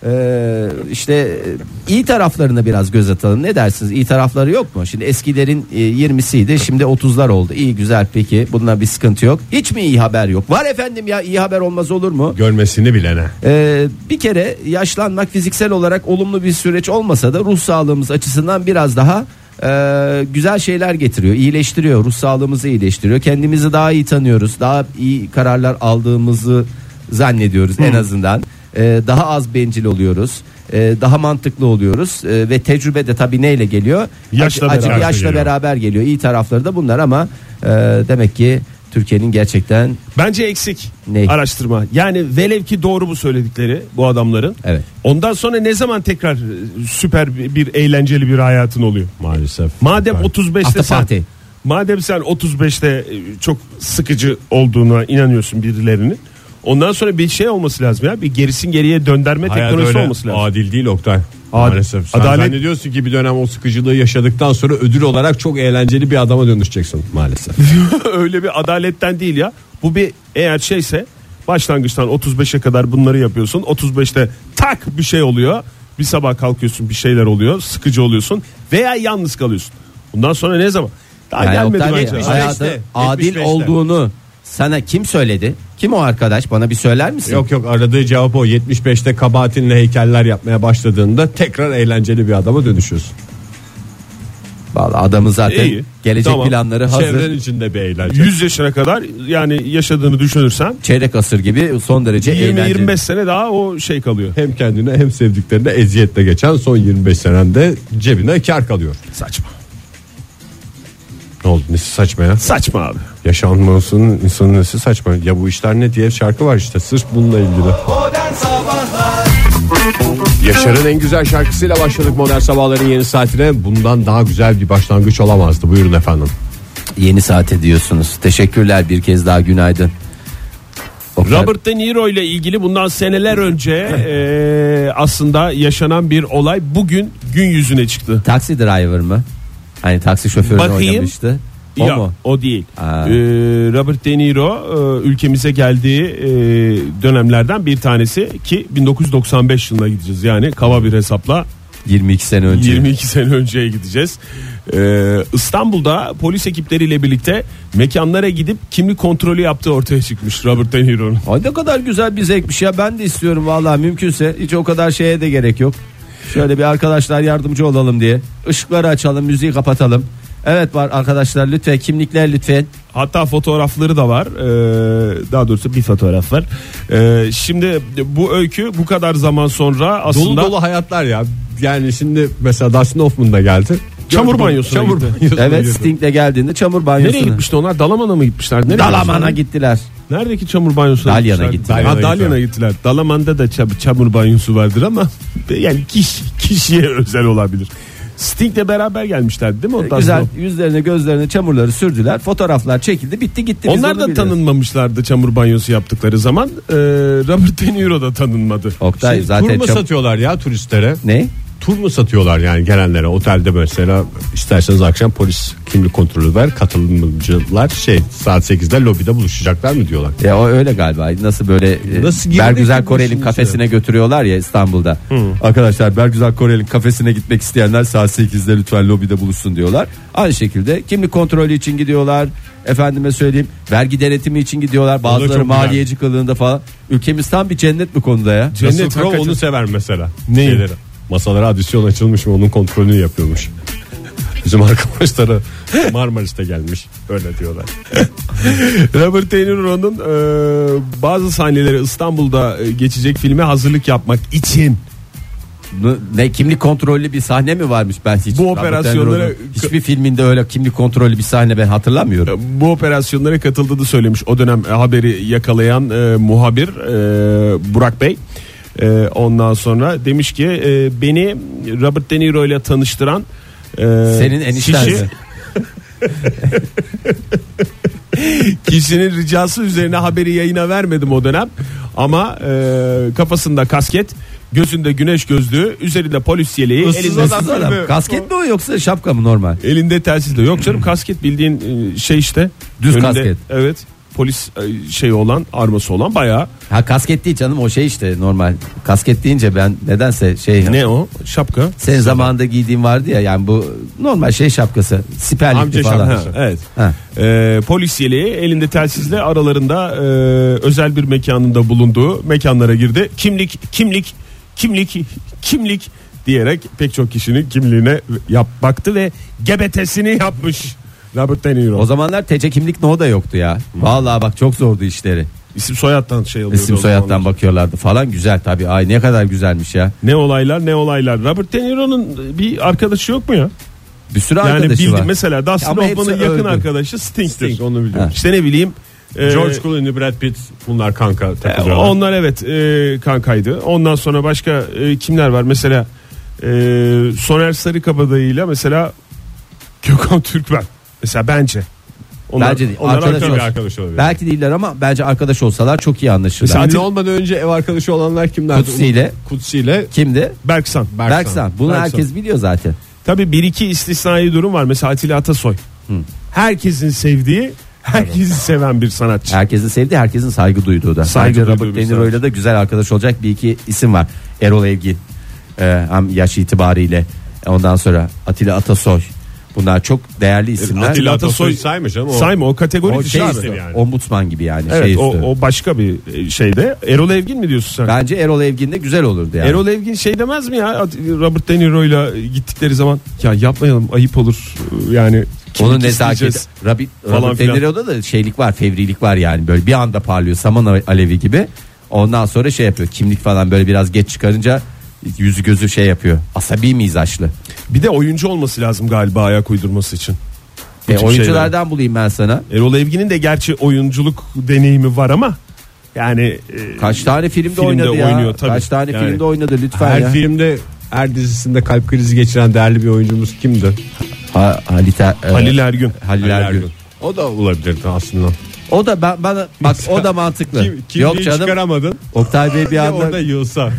Speaker 5: Ee, işte e, iyi taraflarına biraz göz atalım. Ne dersiniz? İyi tarafları yok mu? Şimdi eskilerin e, 20'siydi. Şimdi 30'lar oldu. İyi güzel peki. Bundan bir sıkıntı yok. Hiç mi iyi haber yok? Var efendim ya iyi haber olmaz olur mu?
Speaker 3: Görmesini bilene.
Speaker 5: Ee, bir kere yaşlanmak fiziksel olarak olumlu bir süreç olmasa da ruh sağlığımız açısından biraz daha e, güzel şeyler getiriyor. İyileştiriyor, ruh sağlığımızı iyileştiriyor. Kendimizi daha iyi tanıyoruz. Daha iyi kararlar aldığımızı zannediyoruz en azından. Ee, daha az bencil oluyoruz. Ee, daha mantıklı oluyoruz Ee, ve tecrübe de tabii neyle geliyor?
Speaker 4: Yaşla
Speaker 5: Acı- acı-
Speaker 4: beraber
Speaker 5: yaşla
Speaker 4: geliyor.
Speaker 5: beraber geliyor. İyi tarafları da bunlar ama e, demek ki Türkiye'nin gerçekten
Speaker 4: Bence eksik
Speaker 5: Ne?
Speaker 4: araştırma. Yani velev ki doğru bu söyledikleri bu adamların.
Speaker 5: Evet.
Speaker 4: Ondan sonra ne zaman tekrar e, süper bir, bir eğlenceli bir hayatın oluyor?
Speaker 3: Maalesef.
Speaker 4: Madem
Speaker 3: Ben-
Speaker 4: 35'te
Speaker 5: After party.
Speaker 4: sen, madem sen 35'te e, çok sıkıcı olduğuna inanıyorsun birilerinin. Ondan sonra bir şey olması lazım ya. Bir gerisin geriye dönderme
Speaker 3: Hayat
Speaker 4: teknolojisi
Speaker 3: öyle
Speaker 4: olması lazım.
Speaker 3: Adil değil Oktay. Maalesef. Sen
Speaker 4: Adalet-
Speaker 3: zannediyorsun ki bir dönem o sıkıcılığı yaşadıktan sonra ödül olarak çok eğlenceli bir adama dönüşeceksin maalesef.
Speaker 4: öyle bir adaletten değil ya. Bu bir eğer şeyse başlangıçtan 35'e kadar bunları yapıyorsun. 35'te tak bir şey oluyor. Bir sabah kalkıyorsun bir şeyler oluyor. Sıkıcı oluyorsun veya yalnız kalıyorsun. Bundan sonra ne zaman? Daha
Speaker 5: Yani
Speaker 4: gelmedi
Speaker 5: Oktay Bey,
Speaker 4: bence.
Speaker 5: hayatın
Speaker 3: 75'te,
Speaker 5: adil
Speaker 3: 75'te.
Speaker 5: olduğunu sana kim söyledi? Kim o arkadaş? Bana bir söyler misin?
Speaker 3: yok yok aradığı cevap o. 75'te kabahatinle heykeller yapmaya başladığında tekrar eğlenceli bir adama dönüşüyorsun.
Speaker 5: Vallahi adamın zaten
Speaker 4: İyi.
Speaker 5: gelecek
Speaker 4: Tamam.
Speaker 5: planları hazır.
Speaker 3: Çevren içinde bir eğlence.
Speaker 4: 100 yaşına kadar yani yaşadığını düşünürsen
Speaker 5: Çeyrek asır gibi son derece eğlenceli.
Speaker 4: 20-25 sene daha o şey kalıyor.
Speaker 3: Hem kendine hem sevdiklerine eziyetle geçen son 25 senende cebine kar kalıyor.
Speaker 4: Saçma.
Speaker 3: Ne oldu nesi saçma ya?
Speaker 4: Saçma abi.
Speaker 3: Yaşanmasının insanın nesi saçma? Ya bu işler ne diye şarkı var işte sırf bununla ilgili.
Speaker 2: Modern Sabahlar
Speaker 3: Yaşar'ın en güzel şarkısıyla başladık modern sabahların yeni saatine. Bundan daha güzel bir başlangıç olamazdı. Buyurun efendim.
Speaker 5: Yeni saate diyorsunuz. Teşekkürler bir kez daha günaydın. Oktay-
Speaker 4: Robert De Niro ile ilgili bundan seneler önce e, aslında yaşanan bir olay bugün gün yüzüne çıktı.
Speaker 5: Taksi driver mı? Hani taksi şoförünü
Speaker 4: Bakayım.
Speaker 5: oynamıştı. O
Speaker 4: Yok,
Speaker 5: mu?
Speaker 4: o değil.
Speaker 5: Aa.
Speaker 4: Ee, Robert De Niro e, ülkemize geldiği e, dönemlerden bir tanesi ki 1995 yılına gideceğiz. Yani kaba bir hesapla
Speaker 5: 22 sene önce.
Speaker 4: 22 sene önceye gideceğiz. Ee, İstanbul'da polis ekipleriyle birlikte mekanlara gidip kimlik kontrolü yaptığı ortaya çıkmış Robert De Niro'nun.
Speaker 5: Ay ne kadar güzel bir zevkmiş ya ben de istiyorum vallahi mümkünse hiç o kadar şeye de gerek yok. Şöyle bir arkadaşlar yardımcı olalım diye. Işıkları açalım, müziği kapatalım. Evet var arkadaşlar lütfen kimlikler lütfen.
Speaker 4: Hatta fotoğrafları da var. Ee, daha doğrusu bir fotoğraf var. Ee, şimdi bu öykü bu kadar zaman sonra aslında
Speaker 3: Dolu dolu hayatlar ya. Yani şimdi mesela Dustin Hoffman da geldi.
Speaker 4: Çamur
Speaker 3: Gördüm,
Speaker 4: banyosuna
Speaker 3: çamur
Speaker 4: gitti.
Speaker 3: banyosuna
Speaker 5: Evet
Speaker 3: girdi.
Speaker 5: Sting'le geldiğinde çamur
Speaker 4: nereye
Speaker 5: banyosuna.
Speaker 4: gitmişti onlar? Dalaman'a mı gitmişler? Nereye
Speaker 5: Dalaman'a
Speaker 4: gitmişler?
Speaker 5: gittiler.
Speaker 4: Neredeki çamur banyosuna
Speaker 5: Dalyan'a
Speaker 4: gitmişler?
Speaker 5: gittiler.
Speaker 4: Ha,
Speaker 3: Dalyan'a
Speaker 4: Dalyan'a gittiler. Dalaman'da da çam- çamur banyosu vardır ama yani kişi, kişiye özel olabilir. Sting'le beraber gelmişler değil mi? o Dustin
Speaker 5: Güzel
Speaker 4: Hoffman?
Speaker 5: yüzlerine gözlerine çamurları sürdüler. Fotoğraflar çekildi bitti gitti. Biz
Speaker 4: Onlar
Speaker 5: onu
Speaker 4: da
Speaker 5: biliriz.
Speaker 4: tanınmamışlardı çamur banyosu yaptıkları zaman. Ee, Robert De Niro da tanınmadı.
Speaker 5: Oktay
Speaker 3: Şey, tur
Speaker 5: zaten
Speaker 3: mu
Speaker 5: çam-
Speaker 3: satıyorlar ya turistlere?
Speaker 5: Ne?
Speaker 3: Tur mu satıyorlar yani gelenlere? Otelde mesela isterseniz akşam polis kimlik kontrolü ver. Katılımcılar şey saat 8'de lobide buluşacaklar mı diyorlar.
Speaker 5: Ya o öyle galiba. Nasıl böyle
Speaker 3: Nasıl
Speaker 5: Nasıl
Speaker 3: girdi
Speaker 5: Bergüzar
Speaker 3: ki bu işin
Speaker 5: Korel'in
Speaker 3: içine?
Speaker 5: kafesine götürüyorlar ya İstanbul'da.
Speaker 4: Hmm.
Speaker 5: Arkadaşlar Bergüzar Korel'in kafesine gitmek isteyenler saat 8'de lütfen lobide buluşsun diyorlar. Aynı şekilde kimlik kontrolü için gidiyorlar. Efendime söyleyeyim vergi denetimi için gidiyorlar. Bazıları
Speaker 3: çok güzel.
Speaker 5: maliyeci kılığında falan. Ülkemiz tam bir cennet bu konuda ya.
Speaker 3: Russell
Speaker 4: Cennet
Speaker 3: Crowe
Speaker 4: hakikaten-
Speaker 3: onu sever mesela.
Speaker 4: Neyi?
Speaker 3: Şeyleri. Masalara adisyon açılmış mı onun kontrolünü yapıyormuş. Bizim arkadaşlara Marmaris'te gelmiş öyle diyorlar.
Speaker 4: Robert De Niro'nun e, bazı sahneleri İstanbul'da e, geçecek filme hazırlık yapmak için
Speaker 5: Ne- Ne kimlik kontrollü bir sahne mi varmış ben hiç.
Speaker 4: Bu operasyonlara-
Speaker 5: Robert De Niro'nun hiçbir filminde öyle kimlik kontrollü bir sahne ben hatırlamıyorum.
Speaker 4: E, bu operasyonlara katıldığını söylemiş. O dönem e, haberi yakalayan e, muhabir e, Burak Bey. E, ondan sonra demiş ki e, beni Robert De Niro ile tanıştıran e,
Speaker 5: Senin enişten
Speaker 4: kişi-
Speaker 5: mi?
Speaker 4: Kişinin ricası üzerine haberi yayına vermedim o dönem. Ama e, kafasında kasket, gözünde güneş gözlüğü, üzerinde polis yeleği,
Speaker 5: Issız
Speaker 4: elinde
Speaker 5: adam, Kasket mi o yoksa şapka mı normal?
Speaker 4: elinde telsiz de yok canım kasket bildiğin e, şey işte.
Speaker 5: Düz kasket.
Speaker 4: Evet. Polis e, şeyi olan, arması olan bayağı.
Speaker 5: Ha kasket değil canım o şey işte normal. Kasket deyince ben nedense şey
Speaker 4: Ne o? Şapka.
Speaker 5: senin zamanında giydiğim vardı ya yani bu normal şey şapkası. Siperlikli
Speaker 4: Amca
Speaker 5: falan.
Speaker 4: şapka. Ha, Evet.
Speaker 5: Ha.
Speaker 4: E, polis yeleği elinde telsizle aralarında e, özel bir mekanında bulunduğu mekanlara girdi. Kimlik, kimlik, kimlik, kimlik diyerek pek çok kişinin kimliğine yap baktı ve gebetesini yapmış. Robert De Niro.
Speaker 5: O zamanlar TC kimlik no da yoktu ya. Vallahi bak çok zordu işleri.
Speaker 4: İsim soyattan şey alıyordu.
Speaker 5: İsim
Speaker 4: o zamanlar.
Speaker 5: soyattan bakıyorlardı falan güzel tabii. Ay ne kadar güzelmiş ya.
Speaker 4: Ne olaylar ne olaylar. Robert De Niro'nun bir arkadaşı yok mu ya?
Speaker 5: Bir sürü
Speaker 4: Yani
Speaker 5: arkadaşı
Speaker 4: bildi
Speaker 5: var.
Speaker 4: mesela Dustin
Speaker 5: Ama hepsi
Speaker 4: Hoffman'ın yakın
Speaker 5: öldü.
Speaker 4: arkadaşı Sting'tir.
Speaker 3: Sting, onu biliyorum.
Speaker 5: Ha.
Speaker 4: İşte ne bileyim. e,
Speaker 3: George Clooney, Brad Pitt bunlar kanka
Speaker 4: e,
Speaker 3: takılıyorlar.
Speaker 4: onlar evet e, kankaydı. Ondan sonra başka e, kimler var? Mesela e, Soner Sarıkabadayı'yla mesela Gökhan Türkmen. Mesela bence. Onlar,
Speaker 5: Bence değil.
Speaker 4: onlar
Speaker 5: Arkadaş
Speaker 4: arkadaş-
Speaker 3: bir arkadaş olabilir.
Speaker 5: Belki değiller ama bence arkadaş olsalar çok iyi anlaşırlar.
Speaker 3: Ünlü olmadan önce ev arkadaşı olanlar kimlerdi?
Speaker 5: Kutsi ile-
Speaker 3: Kutsi ile
Speaker 5: Kimdi?
Speaker 4: Berksan.
Speaker 3: Berksan.
Speaker 5: Berksan. Bunu
Speaker 3: Berksan.
Speaker 5: herkes biliyor zaten.
Speaker 4: Tabii bir iki istisnai durum var. Mesela Atilla Atasoy. Herkesin sevdiği, herkesi seven bir sanatçı.
Speaker 5: Herkesin sevdiği, herkesin saygı duyduğu da.
Speaker 4: Saygı
Speaker 5: Saygı
Speaker 4: duyduğu
Speaker 5: Robert
Speaker 4: bir
Speaker 5: De Niro'yla da güzel arkadaş olacak bir iki isim var. Erol Evgin e, hem yaş itibariyle ondan sonra Atilla Atasoy. Bunlar çok değerli isimler.
Speaker 3: Atilla Atasoy
Speaker 4: Atasoy
Speaker 3: sayma canım. O,
Speaker 4: Sayma o kategori
Speaker 5: o
Speaker 4: dışı
Speaker 5: şey
Speaker 4: abi.
Speaker 5: üstü,
Speaker 3: yani.
Speaker 5: ombudsman gibi yani.
Speaker 4: Evet
Speaker 5: şey
Speaker 4: o,
Speaker 5: üstü.
Speaker 4: o başka bir e, şeyde. Erol Evgin mi diyorsun sen?
Speaker 5: Bence Erol Evgin de güzel olurdu yani.
Speaker 4: Erol Evgin şey demez mi ya At- Robert De Niro'yla gittikleri zaman ya yapmayalım ayıp olur Ee, yani
Speaker 5: Onun
Speaker 4: kimlik
Speaker 5: nezaketi
Speaker 4: isteyeceğiz.
Speaker 5: Robert,
Speaker 4: Falan
Speaker 5: Robert De
Speaker 4: filan.
Speaker 5: Niro'da da şeylik var fevrilik var yani böyle bir anda parlıyor saman alevi gibi ondan sonra şey yapıyor kimlik falan böyle biraz geç çıkarınca yüzü gözü şey yapıyor asabi mizaçlı
Speaker 4: Bir şey de oyuncu olması lazım galiba ayak uydurması için.
Speaker 5: E,
Speaker 4: tip
Speaker 5: oyunculardan bulayım ben sana.
Speaker 4: Erol Evgin'in de gerçi oyunculuk deneyimi var ama yani e,
Speaker 5: Kaç tane filmde,
Speaker 4: Filmde
Speaker 5: oynadı ya?
Speaker 4: oynuyor tabii.
Speaker 5: Kaç tane
Speaker 4: Yani.
Speaker 5: filmde oynadı lütfen
Speaker 3: Her
Speaker 5: ya.
Speaker 3: filmde her dizisinde kalp krizi geçiren değerli bir oyuncumuz kimdi?
Speaker 5: Ha, Halit Er- e,
Speaker 4: Halil Ergün.
Speaker 5: Halil Ergün.
Speaker 3: O da olabilirdi aslında.
Speaker 5: O da ben bana bak o da mantıklı.
Speaker 3: Kim, kimliği
Speaker 5: Yok canım.
Speaker 3: çıkaramadın.
Speaker 5: Oktay Bey bir
Speaker 3: Ya
Speaker 5: anda
Speaker 3: orada yılsa.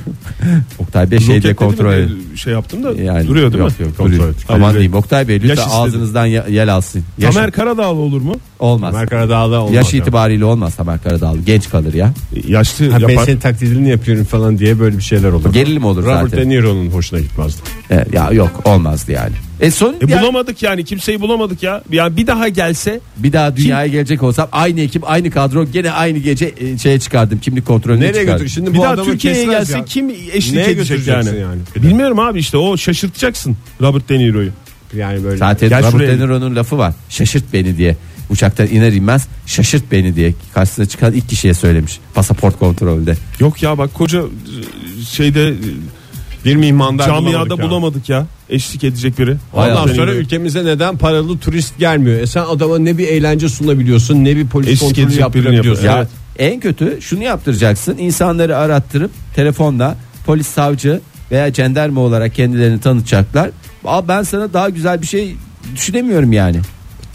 Speaker 5: Oktay Bey
Speaker 4: Roket
Speaker 5: şeyde
Speaker 4: dedi
Speaker 5: kontrol
Speaker 4: mi?
Speaker 5: edin.
Speaker 4: Şey yaptım da
Speaker 5: Yani
Speaker 4: duruyor değil
Speaker 5: yok,
Speaker 4: mi?
Speaker 5: Yok,
Speaker 3: Kontrol
Speaker 5: duruyor.
Speaker 3: edin.
Speaker 5: Aman
Speaker 4: Halil Bey.
Speaker 5: diyeyim Oktay Bey lütfen
Speaker 4: Yaş istedi.
Speaker 5: ağzınızdan ya- yel alsın. Yaş,
Speaker 4: Tamer Karadağlı olur mu?
Speaker 5: olmaz.
Speaker 3: Ömer Karadağ'da olmaz.
Speaker 5: Yaş itibariyle olmaz Tamer Karadağlı. Genç kalır ya.
Speaker 4: Yaşlı
Speaker 3: Ha, ben
Speaker 4: yapar.
Speaker 3: senin taklidini yapıyorum falan diye böyle bir şeyler olur.
Speaker 5: Gerilim olur
Speaker 3: Robert
Speaker 5: zaten.
Speaker 3: De Niro'nun hoşuna gitmezdi.
Speaker 5: E, ya yok olmazdı yani. E son
Speaker 4: E,
Speaker 5: yani
Speaker 4: bulamadık yani kimseyi bulamadık ya. Yani bir daha gelse
Speaker 5: bir daha dünyaya gelecek olsam aynı ekip aynı kadro gene aynı gece e, şeye çıkardım kimlik kontrolüne
Speaker 3: Nereye
Speaker 5: çıkardım.
Speaker 3: götür? Şimdi
Speaker 4: bir
Speaker 3: bu
Speaker 4: daha
Speaker 3: adamı
Speaker 4: Türkiye'ye
Speaker 3: kesmez
Speaker 4: gelse
Speaker 3: ya.
Speaker 4: kim eşlik
Speaker 3: Neye
Speaker 4: edecek yani?
Speaker 3: götüreceksin yani?
Speaker 4: Bilmiyorum abi işte o şaşırtacaksın Robert De Niro'yu.
Speaker 3: Yani böyle.
Speaker 5: Zaten
Speaker 4: Gel
Speaker 5: Robert
Speaker 4: şuraya.
Speaker 5: De Niro'nun lafı var. Şaşırt beni diye. Uçaktan iner inmez şaşırt beni diye. Karşısına çıkan ilk kişiye söylemiş. Pasaport kontrolünde.
Speaker 4: Yok ya bak koca e, şeyde e,
Speaker 3: bir mihmandar
Speaker 4: camiada
Speaker 3: bulamadık ya.
Speaker 4: bulamadık ya. Eşlik edecek biri.
Speaker 5: Vay
Speaker 3: Ondan
Speaker 4: Robert De
Speaker 3: sonra
Speaker 4: Niro.
Speaker 3: ülkemize neden paralı turist gelmiyor? E sen adama ne bir eğlence sunabiliyorsun ne bir polis
Speaker 4: Eşlik
Speaker 3: kontrolü
Speaker 4: edecek birini
Speaker 3: yaptırabiliyorsun.
Speaker 4: yapıyor.
Speaker 5: Ya
Speaker 4: Evet.
Speaker 5: en kötü şunu yaptıracaksın. İnsanları arattırıp telefonla polis savcı veya jandarma olarak kendilerini tanıtacaklar. Aa, ben sana daha güzel bir şey düşünemiyorum yani.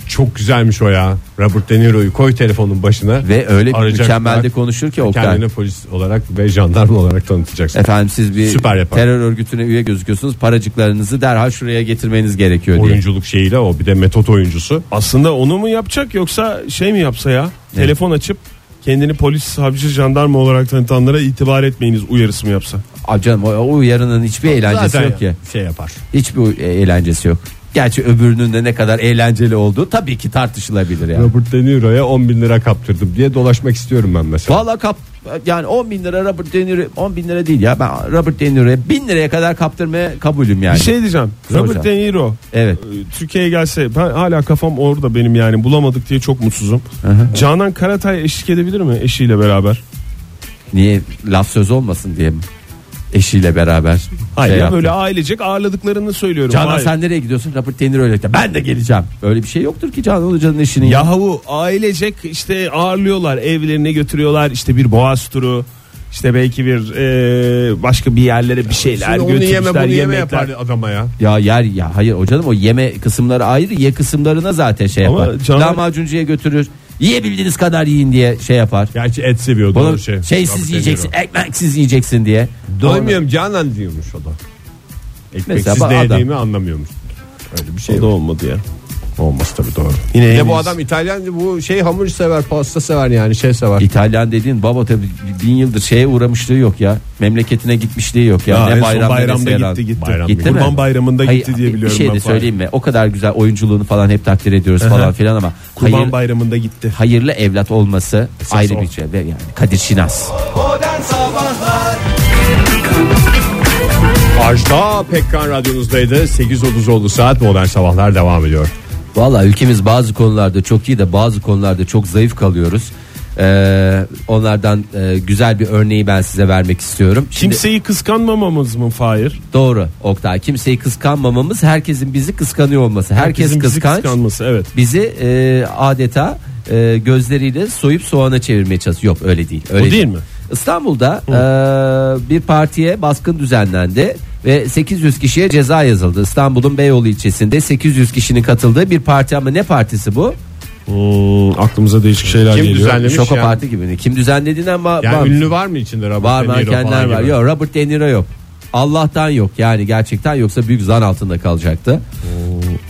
Speaker 3: Çok güzelmiş o ya. Robert De Niro'yu koy telefonun başına.
Speaker 5: Ve öyle bir
Speaker 3: Arayacaklar.
Speaker 5: mükemmel de konuşur ki Oktay.
Speaker 3: Kendini polis olarak ve jandarma olarak tanıtacaksın.
Speaker 5: Efendim siz bir
Speaker 3: Süper yapar.
Speaker 5: terör örgütüne üye gözüküyorsunuz. Paracıklarınızı derhal şuraya getirmeniz gerekiyor diye.
Speaker 3: Oyunculuk şeyiyle o bir de metot oyuncusu.
Speaker 4: Aslında onu mu yapacak yoksa şey mi yapsa ya? Telefon açıp kendini polis, savcı, jandarma olarak tanıtanlara itibar etmeyiniz uyarısı mı yapsa?
Speaker 5: Abi canım o, o uyarının hiçbir eğlencesi
Speaker 3: Zaten
Speaker 5: yok ki.
Speaker 3: Şey yapar.
Speaker 5: Hiçbir u- e- eğlencesi yok. Gerçi öbürünün de ne kadar eğlenceli olduğu tabii ki tartışılabilir yani.
Speaker 3: Robert De Niro'ya 10 bin lira kaptırdım diye dolaşmak istiyorum ben mesela.
Speaker 5: Valla kap yani 10 bin lira Robert De Niro 10 bin lira değil ya ben Robert De Niro'ya 1000 liraya kadar kaptırmaya kabulüm yani.
Speaker 4: Bir şey diyeceğim.
Speaker 5: Hocam.
Speaker 4: Robert De Niro
Speaker 5: Evet.
Speaker 4: e, Türkiye'ye gelse ben hala kafam orada benim yani bulamadık diye çok mutsuzum. Canan Karatay eşlik edebilir mi eşiyle beraber?
Speaker 5: Niye laf söz olmasın diye mi? Eşiyle beraber.
Speaker 4: Hayır
Speaker 5: şey
Speaker 4: ya,
Speaker 5: yaptı.
Speaker 4: böyle ailecek ağırladıklarını söylüyorum.
Speaker 5: Canan
Speaker 4: Hayır.
Speaker 5: sen nereye gidiyorsun? Robert De Niro ile ben de geleceğim. Öyle bir şey yoktur ki Canan Hoca'nın eşinin. Ya.
Speaker 4: Yahu ailecek işte ağırlıyorlar evlerine götürüyorlar işte bir boğaz turu işte belki bir e, başka bir yerlere bir şeyler
Speaker 3: Şimdi onu
Speaker 4: götürmüşler
Speaker 3: yeme bunu yeme
Speaker 4: yemekler.
Speaker 3: yapar adama ya.
Speaker 5: ya yer ya hayır o canım o yeme kısımları ayrı ye kısımlarına zaten şey
Speaker 4: Ama
Speaker 5: yapar.
Speaker 4: Canan-
Speaker 5: Lahmacuncuya götürür. Yiyebildiğiniz kadar yiyin diye şey yapar.
Speaker 3: Gerçi et seviyor
Speaker 5: Bunu
Speaker 3: doğru şey. Robert
Speaker 5: şeysiz
Speaker 3: De
Speaker 5: yiyeceksin,
Speaker 3: Niro.
Speaker 5: ekmeksiz yiyeceksin diye.
Speaker 3: Doymuyorum Canan diyormuş o da. Ekmeksiz
Speaker 5: Mesela
Speaker 3: de
Speaker 5: adam-
Speaker 3: yediğimi anlamıyormuş. Öyle bir şey
Speaker 4: O da olmadı ya.
Speaker 3: olmaz tabii doğru.
Speaker 4: Yine
Speaker 3: Bir
Speaker 4: en
Speaker 3: de bu
Speaker 4: iyisi.
Speaker 3: adam İtalyan bu şey hamur sever, pasta sever yani şey sever.
Speaker 5: İtalyan dediğin baba tabi bin yıldır şeye uğramışlığı yok ya. Memleketine gitmişliği yok ya.
Speaker 4: Ya en
Speaker 5: ne
Speaker 4: son
Speaker 5: bayramda,
Speaker 4: bayramda
Speaker 5: ne seyran.
Speaker 4: gitti gitti.
Speaker 3: Bayram
Speaker 5: Gitti
Speaker 4: Kurban
Speaker 5: mi?
Speaker 4: bayramında
Speaker 5: Hayır,
Speaker 4: gitti diye biliyorum
Speaker 5: bir şey
Speaker 4: ben.
Speaker 5: de
Speaker 4: falan.
Speaker 5: söyleyeyim mi? O kadar güzel oyunculuğunu falan hep takdir ediyoruz falan filan ama
Speaker 4: Kurban
Speaker 5: hayır-
Speaker 4: bayramında gitti.
Speaker 5: hayırlı evlat olması ayrı
Speaker 4: o.
Speaker 5: bir şey. Ve Yani Kadir Şinas.
Speaker 2: Modern Sabahlar
Speaker 3: Ajda Pekkan radyonuzdaydı. 8.30 oldu saat modern sabahlar devam ediyor.
Speaker 5: Valla ülkemiz bazı konularda çok iyi de bazı konularda çok zayıf kalıyoruz. Ee, onlardan e, güzel bir örneği ben size vermek istiyorum. Şimdi-
Speaker 4: Kimseyi kıskanmamamız mı Fahir?
Speaker 5: Doğru Oktay. Kimseyi kıskanmamamız herkesin bizi kıskanıyor olması. Herkes
Speaker 4: Herkesin bizi
Speaker 5: kıskanç.
Speaker 4: kıskanması evet.
Speaker 5: bizi e, adeta e, gözleriyle soyup soğana çevirmeye çalışıyor. Yok öyle değil. Öyle
Speaker 4: O değil mi?
Speaker 5: İstanbul'da e, bir partiye baskın düzenlendi ve 800 kişiye ceza yazıldı. İstanbul'un Beyoğlu ilçesinde 800 kişinin katıldığı bir parti ama ne partisi bu?
Speaker 4: Hmm, aklımıza değişik şeyler
Speaker 3: Kim
Speaker 4: geliyor.
Speaker 3: düzenlemiş?
Speaker 5: Şoko
Speaker 3: yani?
Speaker 5: parti gibi. Kim düzenlediğinden ba-
Speaker 3: Yani
Speaker 5: bağımsız.
Speaker 3: ünlü var mı içinde Robert
Speaker 5: Var
Speaker 3: De Niro
Speaker 5: mankenler
Speaker 3: falan
Speaker 5: var.
Speaker 3: gibi?
Speaker 5: Yok Robert De Niro yok. Allah'tan yok yani gerçekten yoksa büyük zan altında kalacaktı.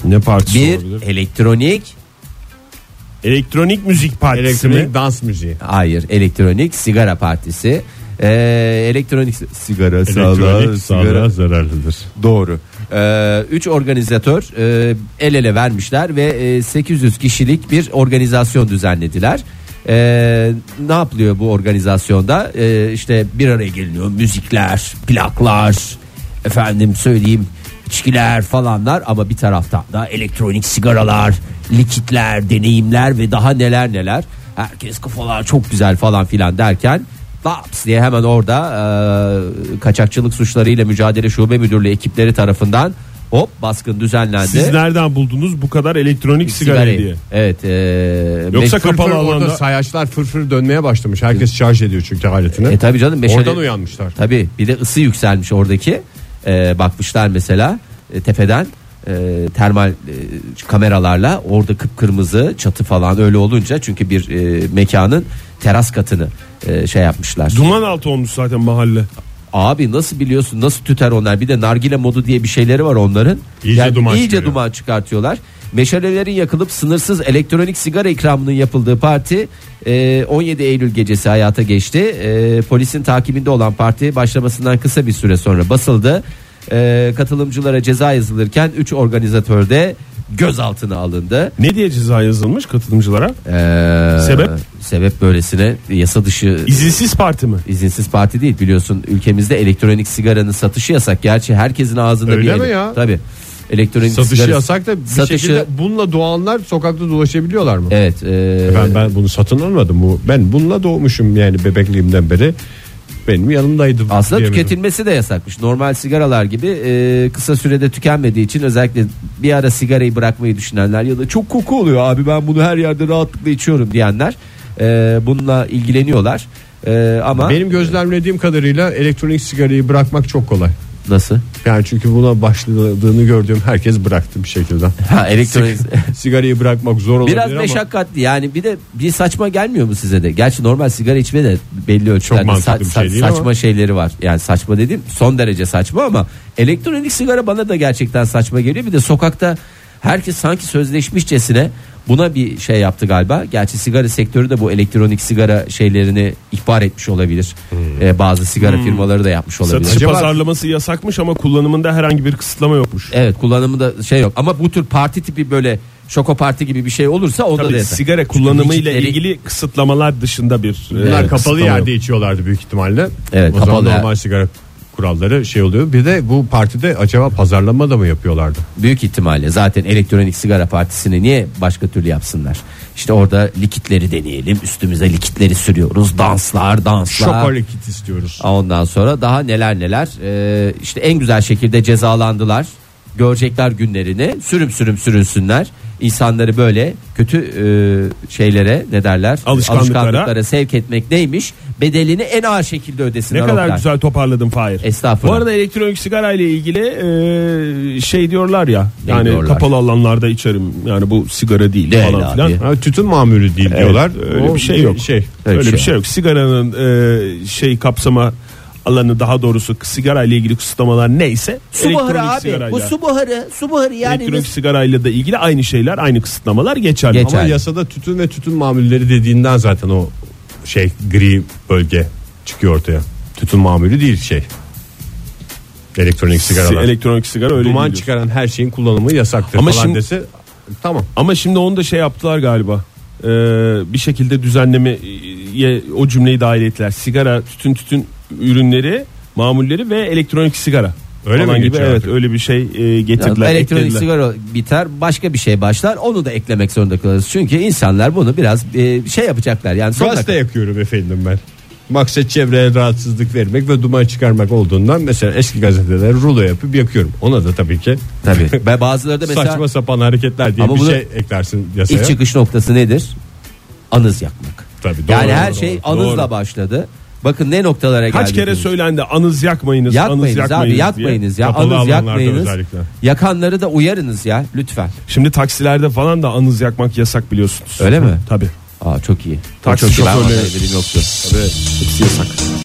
Speaker 4: Ne partisi
Speaker 5: Bir
Speaker 4: olabilir?
Speaker 5: elektronik
Speaker 4: Elektronik müzik partisi mi?
Speaker 3: Elektronik dans müziği.
Speaker 5: hayır elektronik sigara partisi. Ee, elektronik si- sigara sağlığa-
Speaker 3: Elektronik
Speaker 5: sigara
Speaker 3: sağlığa zararlıdır.
Speaker 5: doğru. Ee, üç organizatör e, el ele vermişler ve e, 800 kişilik bir organizasyon düzenlediler. Ee, ne yapılıyor bu organizasyonda? Ee, işte bir araya geliniyor müzikler, plaklar, efendim söyleyeyim içkiler falanlar ama bir taraftan da elektronik sigaralar, likitler, deneyimler ve daha neler neler. Herkes kafalar çok güzel falan filan derken Laps diye hemen orada e, kaçakçılık suçlarıyla mücadele şube müdürlüğü ekipleri tarafından Hop baskın düzenlendi.
Speaker 4: Siz nereden buldunuz bu kadar elektronik sigara
Speaker 5: Sigarayı.
Speaker 4: diye?
Speaker 5: Evet. E,
Speaker 4: Yoksa
Speaker 5: meşhur-
Speaker 4: kapalı
Speaker 3: Fırfır orada
Speaker 4: alanda-
Speaker 3: sayaçlar fırfır dönmeye başlamış. Herkes şarj ediyor çünkü aletini.
Speaker 5: E tabii canım meşale-
Speaker 3: Oradan uyanmışlar.
Speaker 5: Tabii bir de ısı yükselmiş oradaki. Ee, bakmışlar mesela e, tepeden e, termal e, kameralarla orada kıpkırmızı çatı falan öyle olunca çünkü bir e, mekanın teras katını e, şey yapmışlar.
Speaker 4: Duman altı olmuş zaten mahalle.
Speaker 5: Abi nasıl biliyorsun nasıl tüter onlar bir de nargile modu diye bir şeyleri var onların.
Speaker 3: İyice duman
Speaker 5: iyice
Speaker 3: çıkarıyor.
Speaker 5: duman çıkartıyorlar. Meşalelerin yakılıp sınırsız elektronik sigara ikramının yapıldığı parti e, 17 Eylül gecesi hayata geçti. E, Polisin takibinde olan parti başlamasından kısa bir süre sonra basıldı. E, Katılımcılara ceza yazılırken 3 organizatör de gözaltına alındı.
Speaker 4: Ne diye ceza yazılmış katılımcılara?
Speaker 5: E,
Speaker 4: Sebep?
Speaker 5: Sebep böylesine yasa dışı
Speaker 4: İzinsiz parti mi?
Speaker 5: İzinsiz parti değil biliyorsun ülkemizde elektronik sigaranın satışı yasak. Gerçi herkesin ağzında
Speaker 3: Öyle
Speaker 5: bir
Speaker 3: mi ya?
Speaker 5: Tabii. Elektronik
Speaker 3: Satışı
Speaker 5: sigara-
Speaker 3: yasak da bir
Speaker 5: Satışı-
Speaker 3: şekilde bununla doğanlar sokakta dolaşabiliyorlar mı?
Speaker 5: Evet. e,
Speaker 3: Ben ben bunu satın almadım. Bu ben bununla doğmuşum yani bebekliğimden beri. Benim yanımdaydı.
Speaker 5: Aslında
Speaker 3: diyemedim.
Speaker 5: tüketilmesi de yasakmış. Normal sigaralar gibi e, kısa sürede tükenmediği için özellikle bir ara sigarayı bırakmayı düşünenler ya da çok koku oluyor abi ben bunu her yerde rahatlıkla içiyorum diyenler e, bununla ilgileniyorlar. E, ama
Speaker 3: Benim gözlemlediğim kadarıyla elektronik sigarayı bırakmak çok kolay.
Speaker 5: nasıl?
Speaker 3: Yani çünkü buna başladığını gördüğüm herkes bıraktı bir şekilde.
Speaker 5: Ha elektronik
Speaker 3: Sigarayı bırakmak zor olabilir
Speaker 5: Biraz
Speaker 3: ama
Speaker 5: meşakkatli yani bir de bir saçma gelmiyor mu size de? Gerçi normal sigara içme de belli ölçülerde
Speaker 3: Çok mantıklı bir şey değil
Speaker 5: saçma
Speaker 3: ama.
Speaker 5: şeyleri var. Yani saçma dediğim son derece saçma ama elektronik sigara bana da gerçekten saçma geliyor. Bir de sokakta herkes sanki sözleşmişçesine buna bir şey yaptı galiba. Gerçi sigara sektörü de bu elektronik sigara şeylerini ihbar etmiş olabilir.
Speaker 3: Hmm.
Speaker 5: Ee, bazı sigara firmaları da yapmış olabilir.
Speaker 4: Satışı
Speaker 3: Acaba-
Speaker 4: pazarlaması yasakmış ama kullanımında herhangi bir kısıtlama yokmuş.
Speaker 5: Evet kullanımı da şey yok ama bu tür parti tipi böyle şoko parti gibi bir şey olursa onda da
Speaker 4: Tabii
Speaker 5: yasak.
Speaker 4: sigara kullanımı ile
Speaker 5: Çünkü
Speaker 4: ilgili kısıtlamalar dışında bir e,
Speaker 3: Bunlar kapalı
Speaker 4: kısıtlama yok.
Speaker 3: yerde içiyorlardı büyük ihtimalle.
Speaker 5: Evet,
Speaker 3: o
Speaker 5: kapalı
Speaker 3: zaman
Speaker 5: yer.
Speaker 3: normal sigara kuralları şey oluyor. Bir de bu partide acaba pazarlama da mı yapıyorlardı?
Speaker 5: büyük ihtimalle zaten elektronik sigara partisini niye başka türlü yapsınlar? İşte orada likitleri deneyelim. Üstümüze likitleri sürüyoruz. Danslar, danslar.
Speaker 3: Şokolik kit istiyoruz.
Speaker 5: Ondan sonra daha neler neler Ee, işte en güzel şekilde cezalandılar. Görecekler günlerini sürüm sürüm sürünsünler. İnsanları böyle kötü e, şeylere ne derler?
Speaker 4: Alışkanlıklara.
Speaker 5: sevk etmek neymiş? Bedelini en ağır şekilde ödesinler.
Speaker 4: Ne kadar
Speaker 5: onlar.
Speaker 4: güzel toparladın Fahir.
Speaker 5: Estağfurullah.
Speaker 4: Bu arada elektronik sigara ile ilgili e, şey diyorlar ya.
Speaker 5: Ne
Speaker 4: yani
Speaker 5: diyorlar?
Speaker 4: kapalı alanlarda içerim. Yani bu sigara değil,
Speaker 5: Değil
Speaker 4: falan
Speaker 5: abi.
Speaker 4: filan.
Speaker 3: Ha, tütün mamülü değil diyorlar.
Speaker 4: Öyle
Speaker 3: O
Speaker 4: bir şey yok.
Speaker 3: Şey.
Speaker 5: Evet,
Speaker 4: öyle
Speaker 5: şey
Speaker 4: bir şey yok. Sigaranın e, şey kapsama alanı daha doğrusu sigara ile ilgili kısıtlamalar neyse
Speaker 5: Su buharı
Speaker 4: elektronik
Speaker 5: abi.
Speaker 4: sigarayla-
Speaker 5: Bu su buharı. Su buharı yani.
Speaker 4: elektronik
Speaker 5: biz-
Speaker 4: sigarayla da ilgili aynı şeyler, aynı kısıtlamalar geçerli.
Speaker 5: Geç-
Speaker 3: Ama
Speaker 5: Geçerli.
Speaker 3: yasada tütün ve tütün mamulleri dediğinden zaten o şey gri bölge çıkıyor ortaya. Tütün mamülü değil şey. Elektronik
Speaker 4: Sigaralar.
Speaker 3: sigaralar.
Speaker 4: Elektronik sigara öyle
Speaker 3: Duman
Speaker 4: değil.
Speaker 3: çıkaran her şeyin kullanımı yasaktır
Speaker 4: Ama
Speaker 3: falan
Speaker 4: şimdi-
Speaker 3: dese tamam.
Speaker 4: Ama şimdi onu da şey yaptılar galiba. Ee, bir şekilde düzenlemeye o cümleyi dahil ettiler. Sigara, tütün tütün ürünleri, mamulleri ve elektronik sigara.
Speaker 3: Öyle
Speaker 4: Falan
Speaker 3: mi
Speaker 4: gibi
Speaker 3: geçiyor
Speaker 4: evet
Speaker 3: artık?
Speaker 4: öyle bir şey e, getirdiler.
Speaker 5: Yani elektronik
Speaker 4: eklediler.
Speaker 5: sigara biter başka bir şey başlar onu da eklemek zorunda kalırız. Çünkü insanlar bunu biraz e, şey yapacaklar yani sonuna
Speaker 3: Gazete yakıyorum efendim ben. Maksat çevreye rahatsızlık vermek ve duman çıkarmak olduğundan mesela eski gazeteler rulo yapıp yakıyorum. Ona da tabii ki
Speaker 5: Tabii. Ve bazıları da mesela
Speaker 3: saçma sapan hareketler diye
Speaker 5: Ama
Speaker 3: bir
Speaker 5: bunu-
Speaker 3: şey eklersin yasaya.
Speaker 5: ilk çıkış noktası nedir? Anız yakmak.
Speaker 3: Tabii, doğru,
Speaker 5: yani her
Speaker 3: doğru,
Speaker 5: şey
Speaker 4: doğru.
Speaker 5: anızla
Speaker 4: Doğru.
Speaker 5: başladı. Bakın ne noktalara geldi.
Speaker 4: Kaç kere söylendi anız yakmayınız,
Speaker 5: Yakmayınız,
Speaker 4: anız
Speaker 5: abi
Speaker 4: yakmayınız.
Speaker 5: yakmayınız
Speaker 4: diye.
Speaker 5: ya
Speaker 3: Kapalı
Speaker 5: anız
Speaker 3: alanlarda
Speaker 5: yakmayınız.
Speaker 3: özellikle.
Speaker 5: Yakanları da uyarınız ya lütfen.
Speaker 4: Şimdi taksilerde falan da anız yakmak yasak biliyorsunuz.
Speaker 5: Öyle mi?
Speaker 4: Tabii.
Speaker 5: Aa çok iyi.
Speaker 4: Taksi
Speaker 5: çok iyi. Ben
Speaker 4: şoförleri-
Speaker 5: vallahi bilmiyorum yoktu.
Speaker 4: Tabii. Hepsi yasak.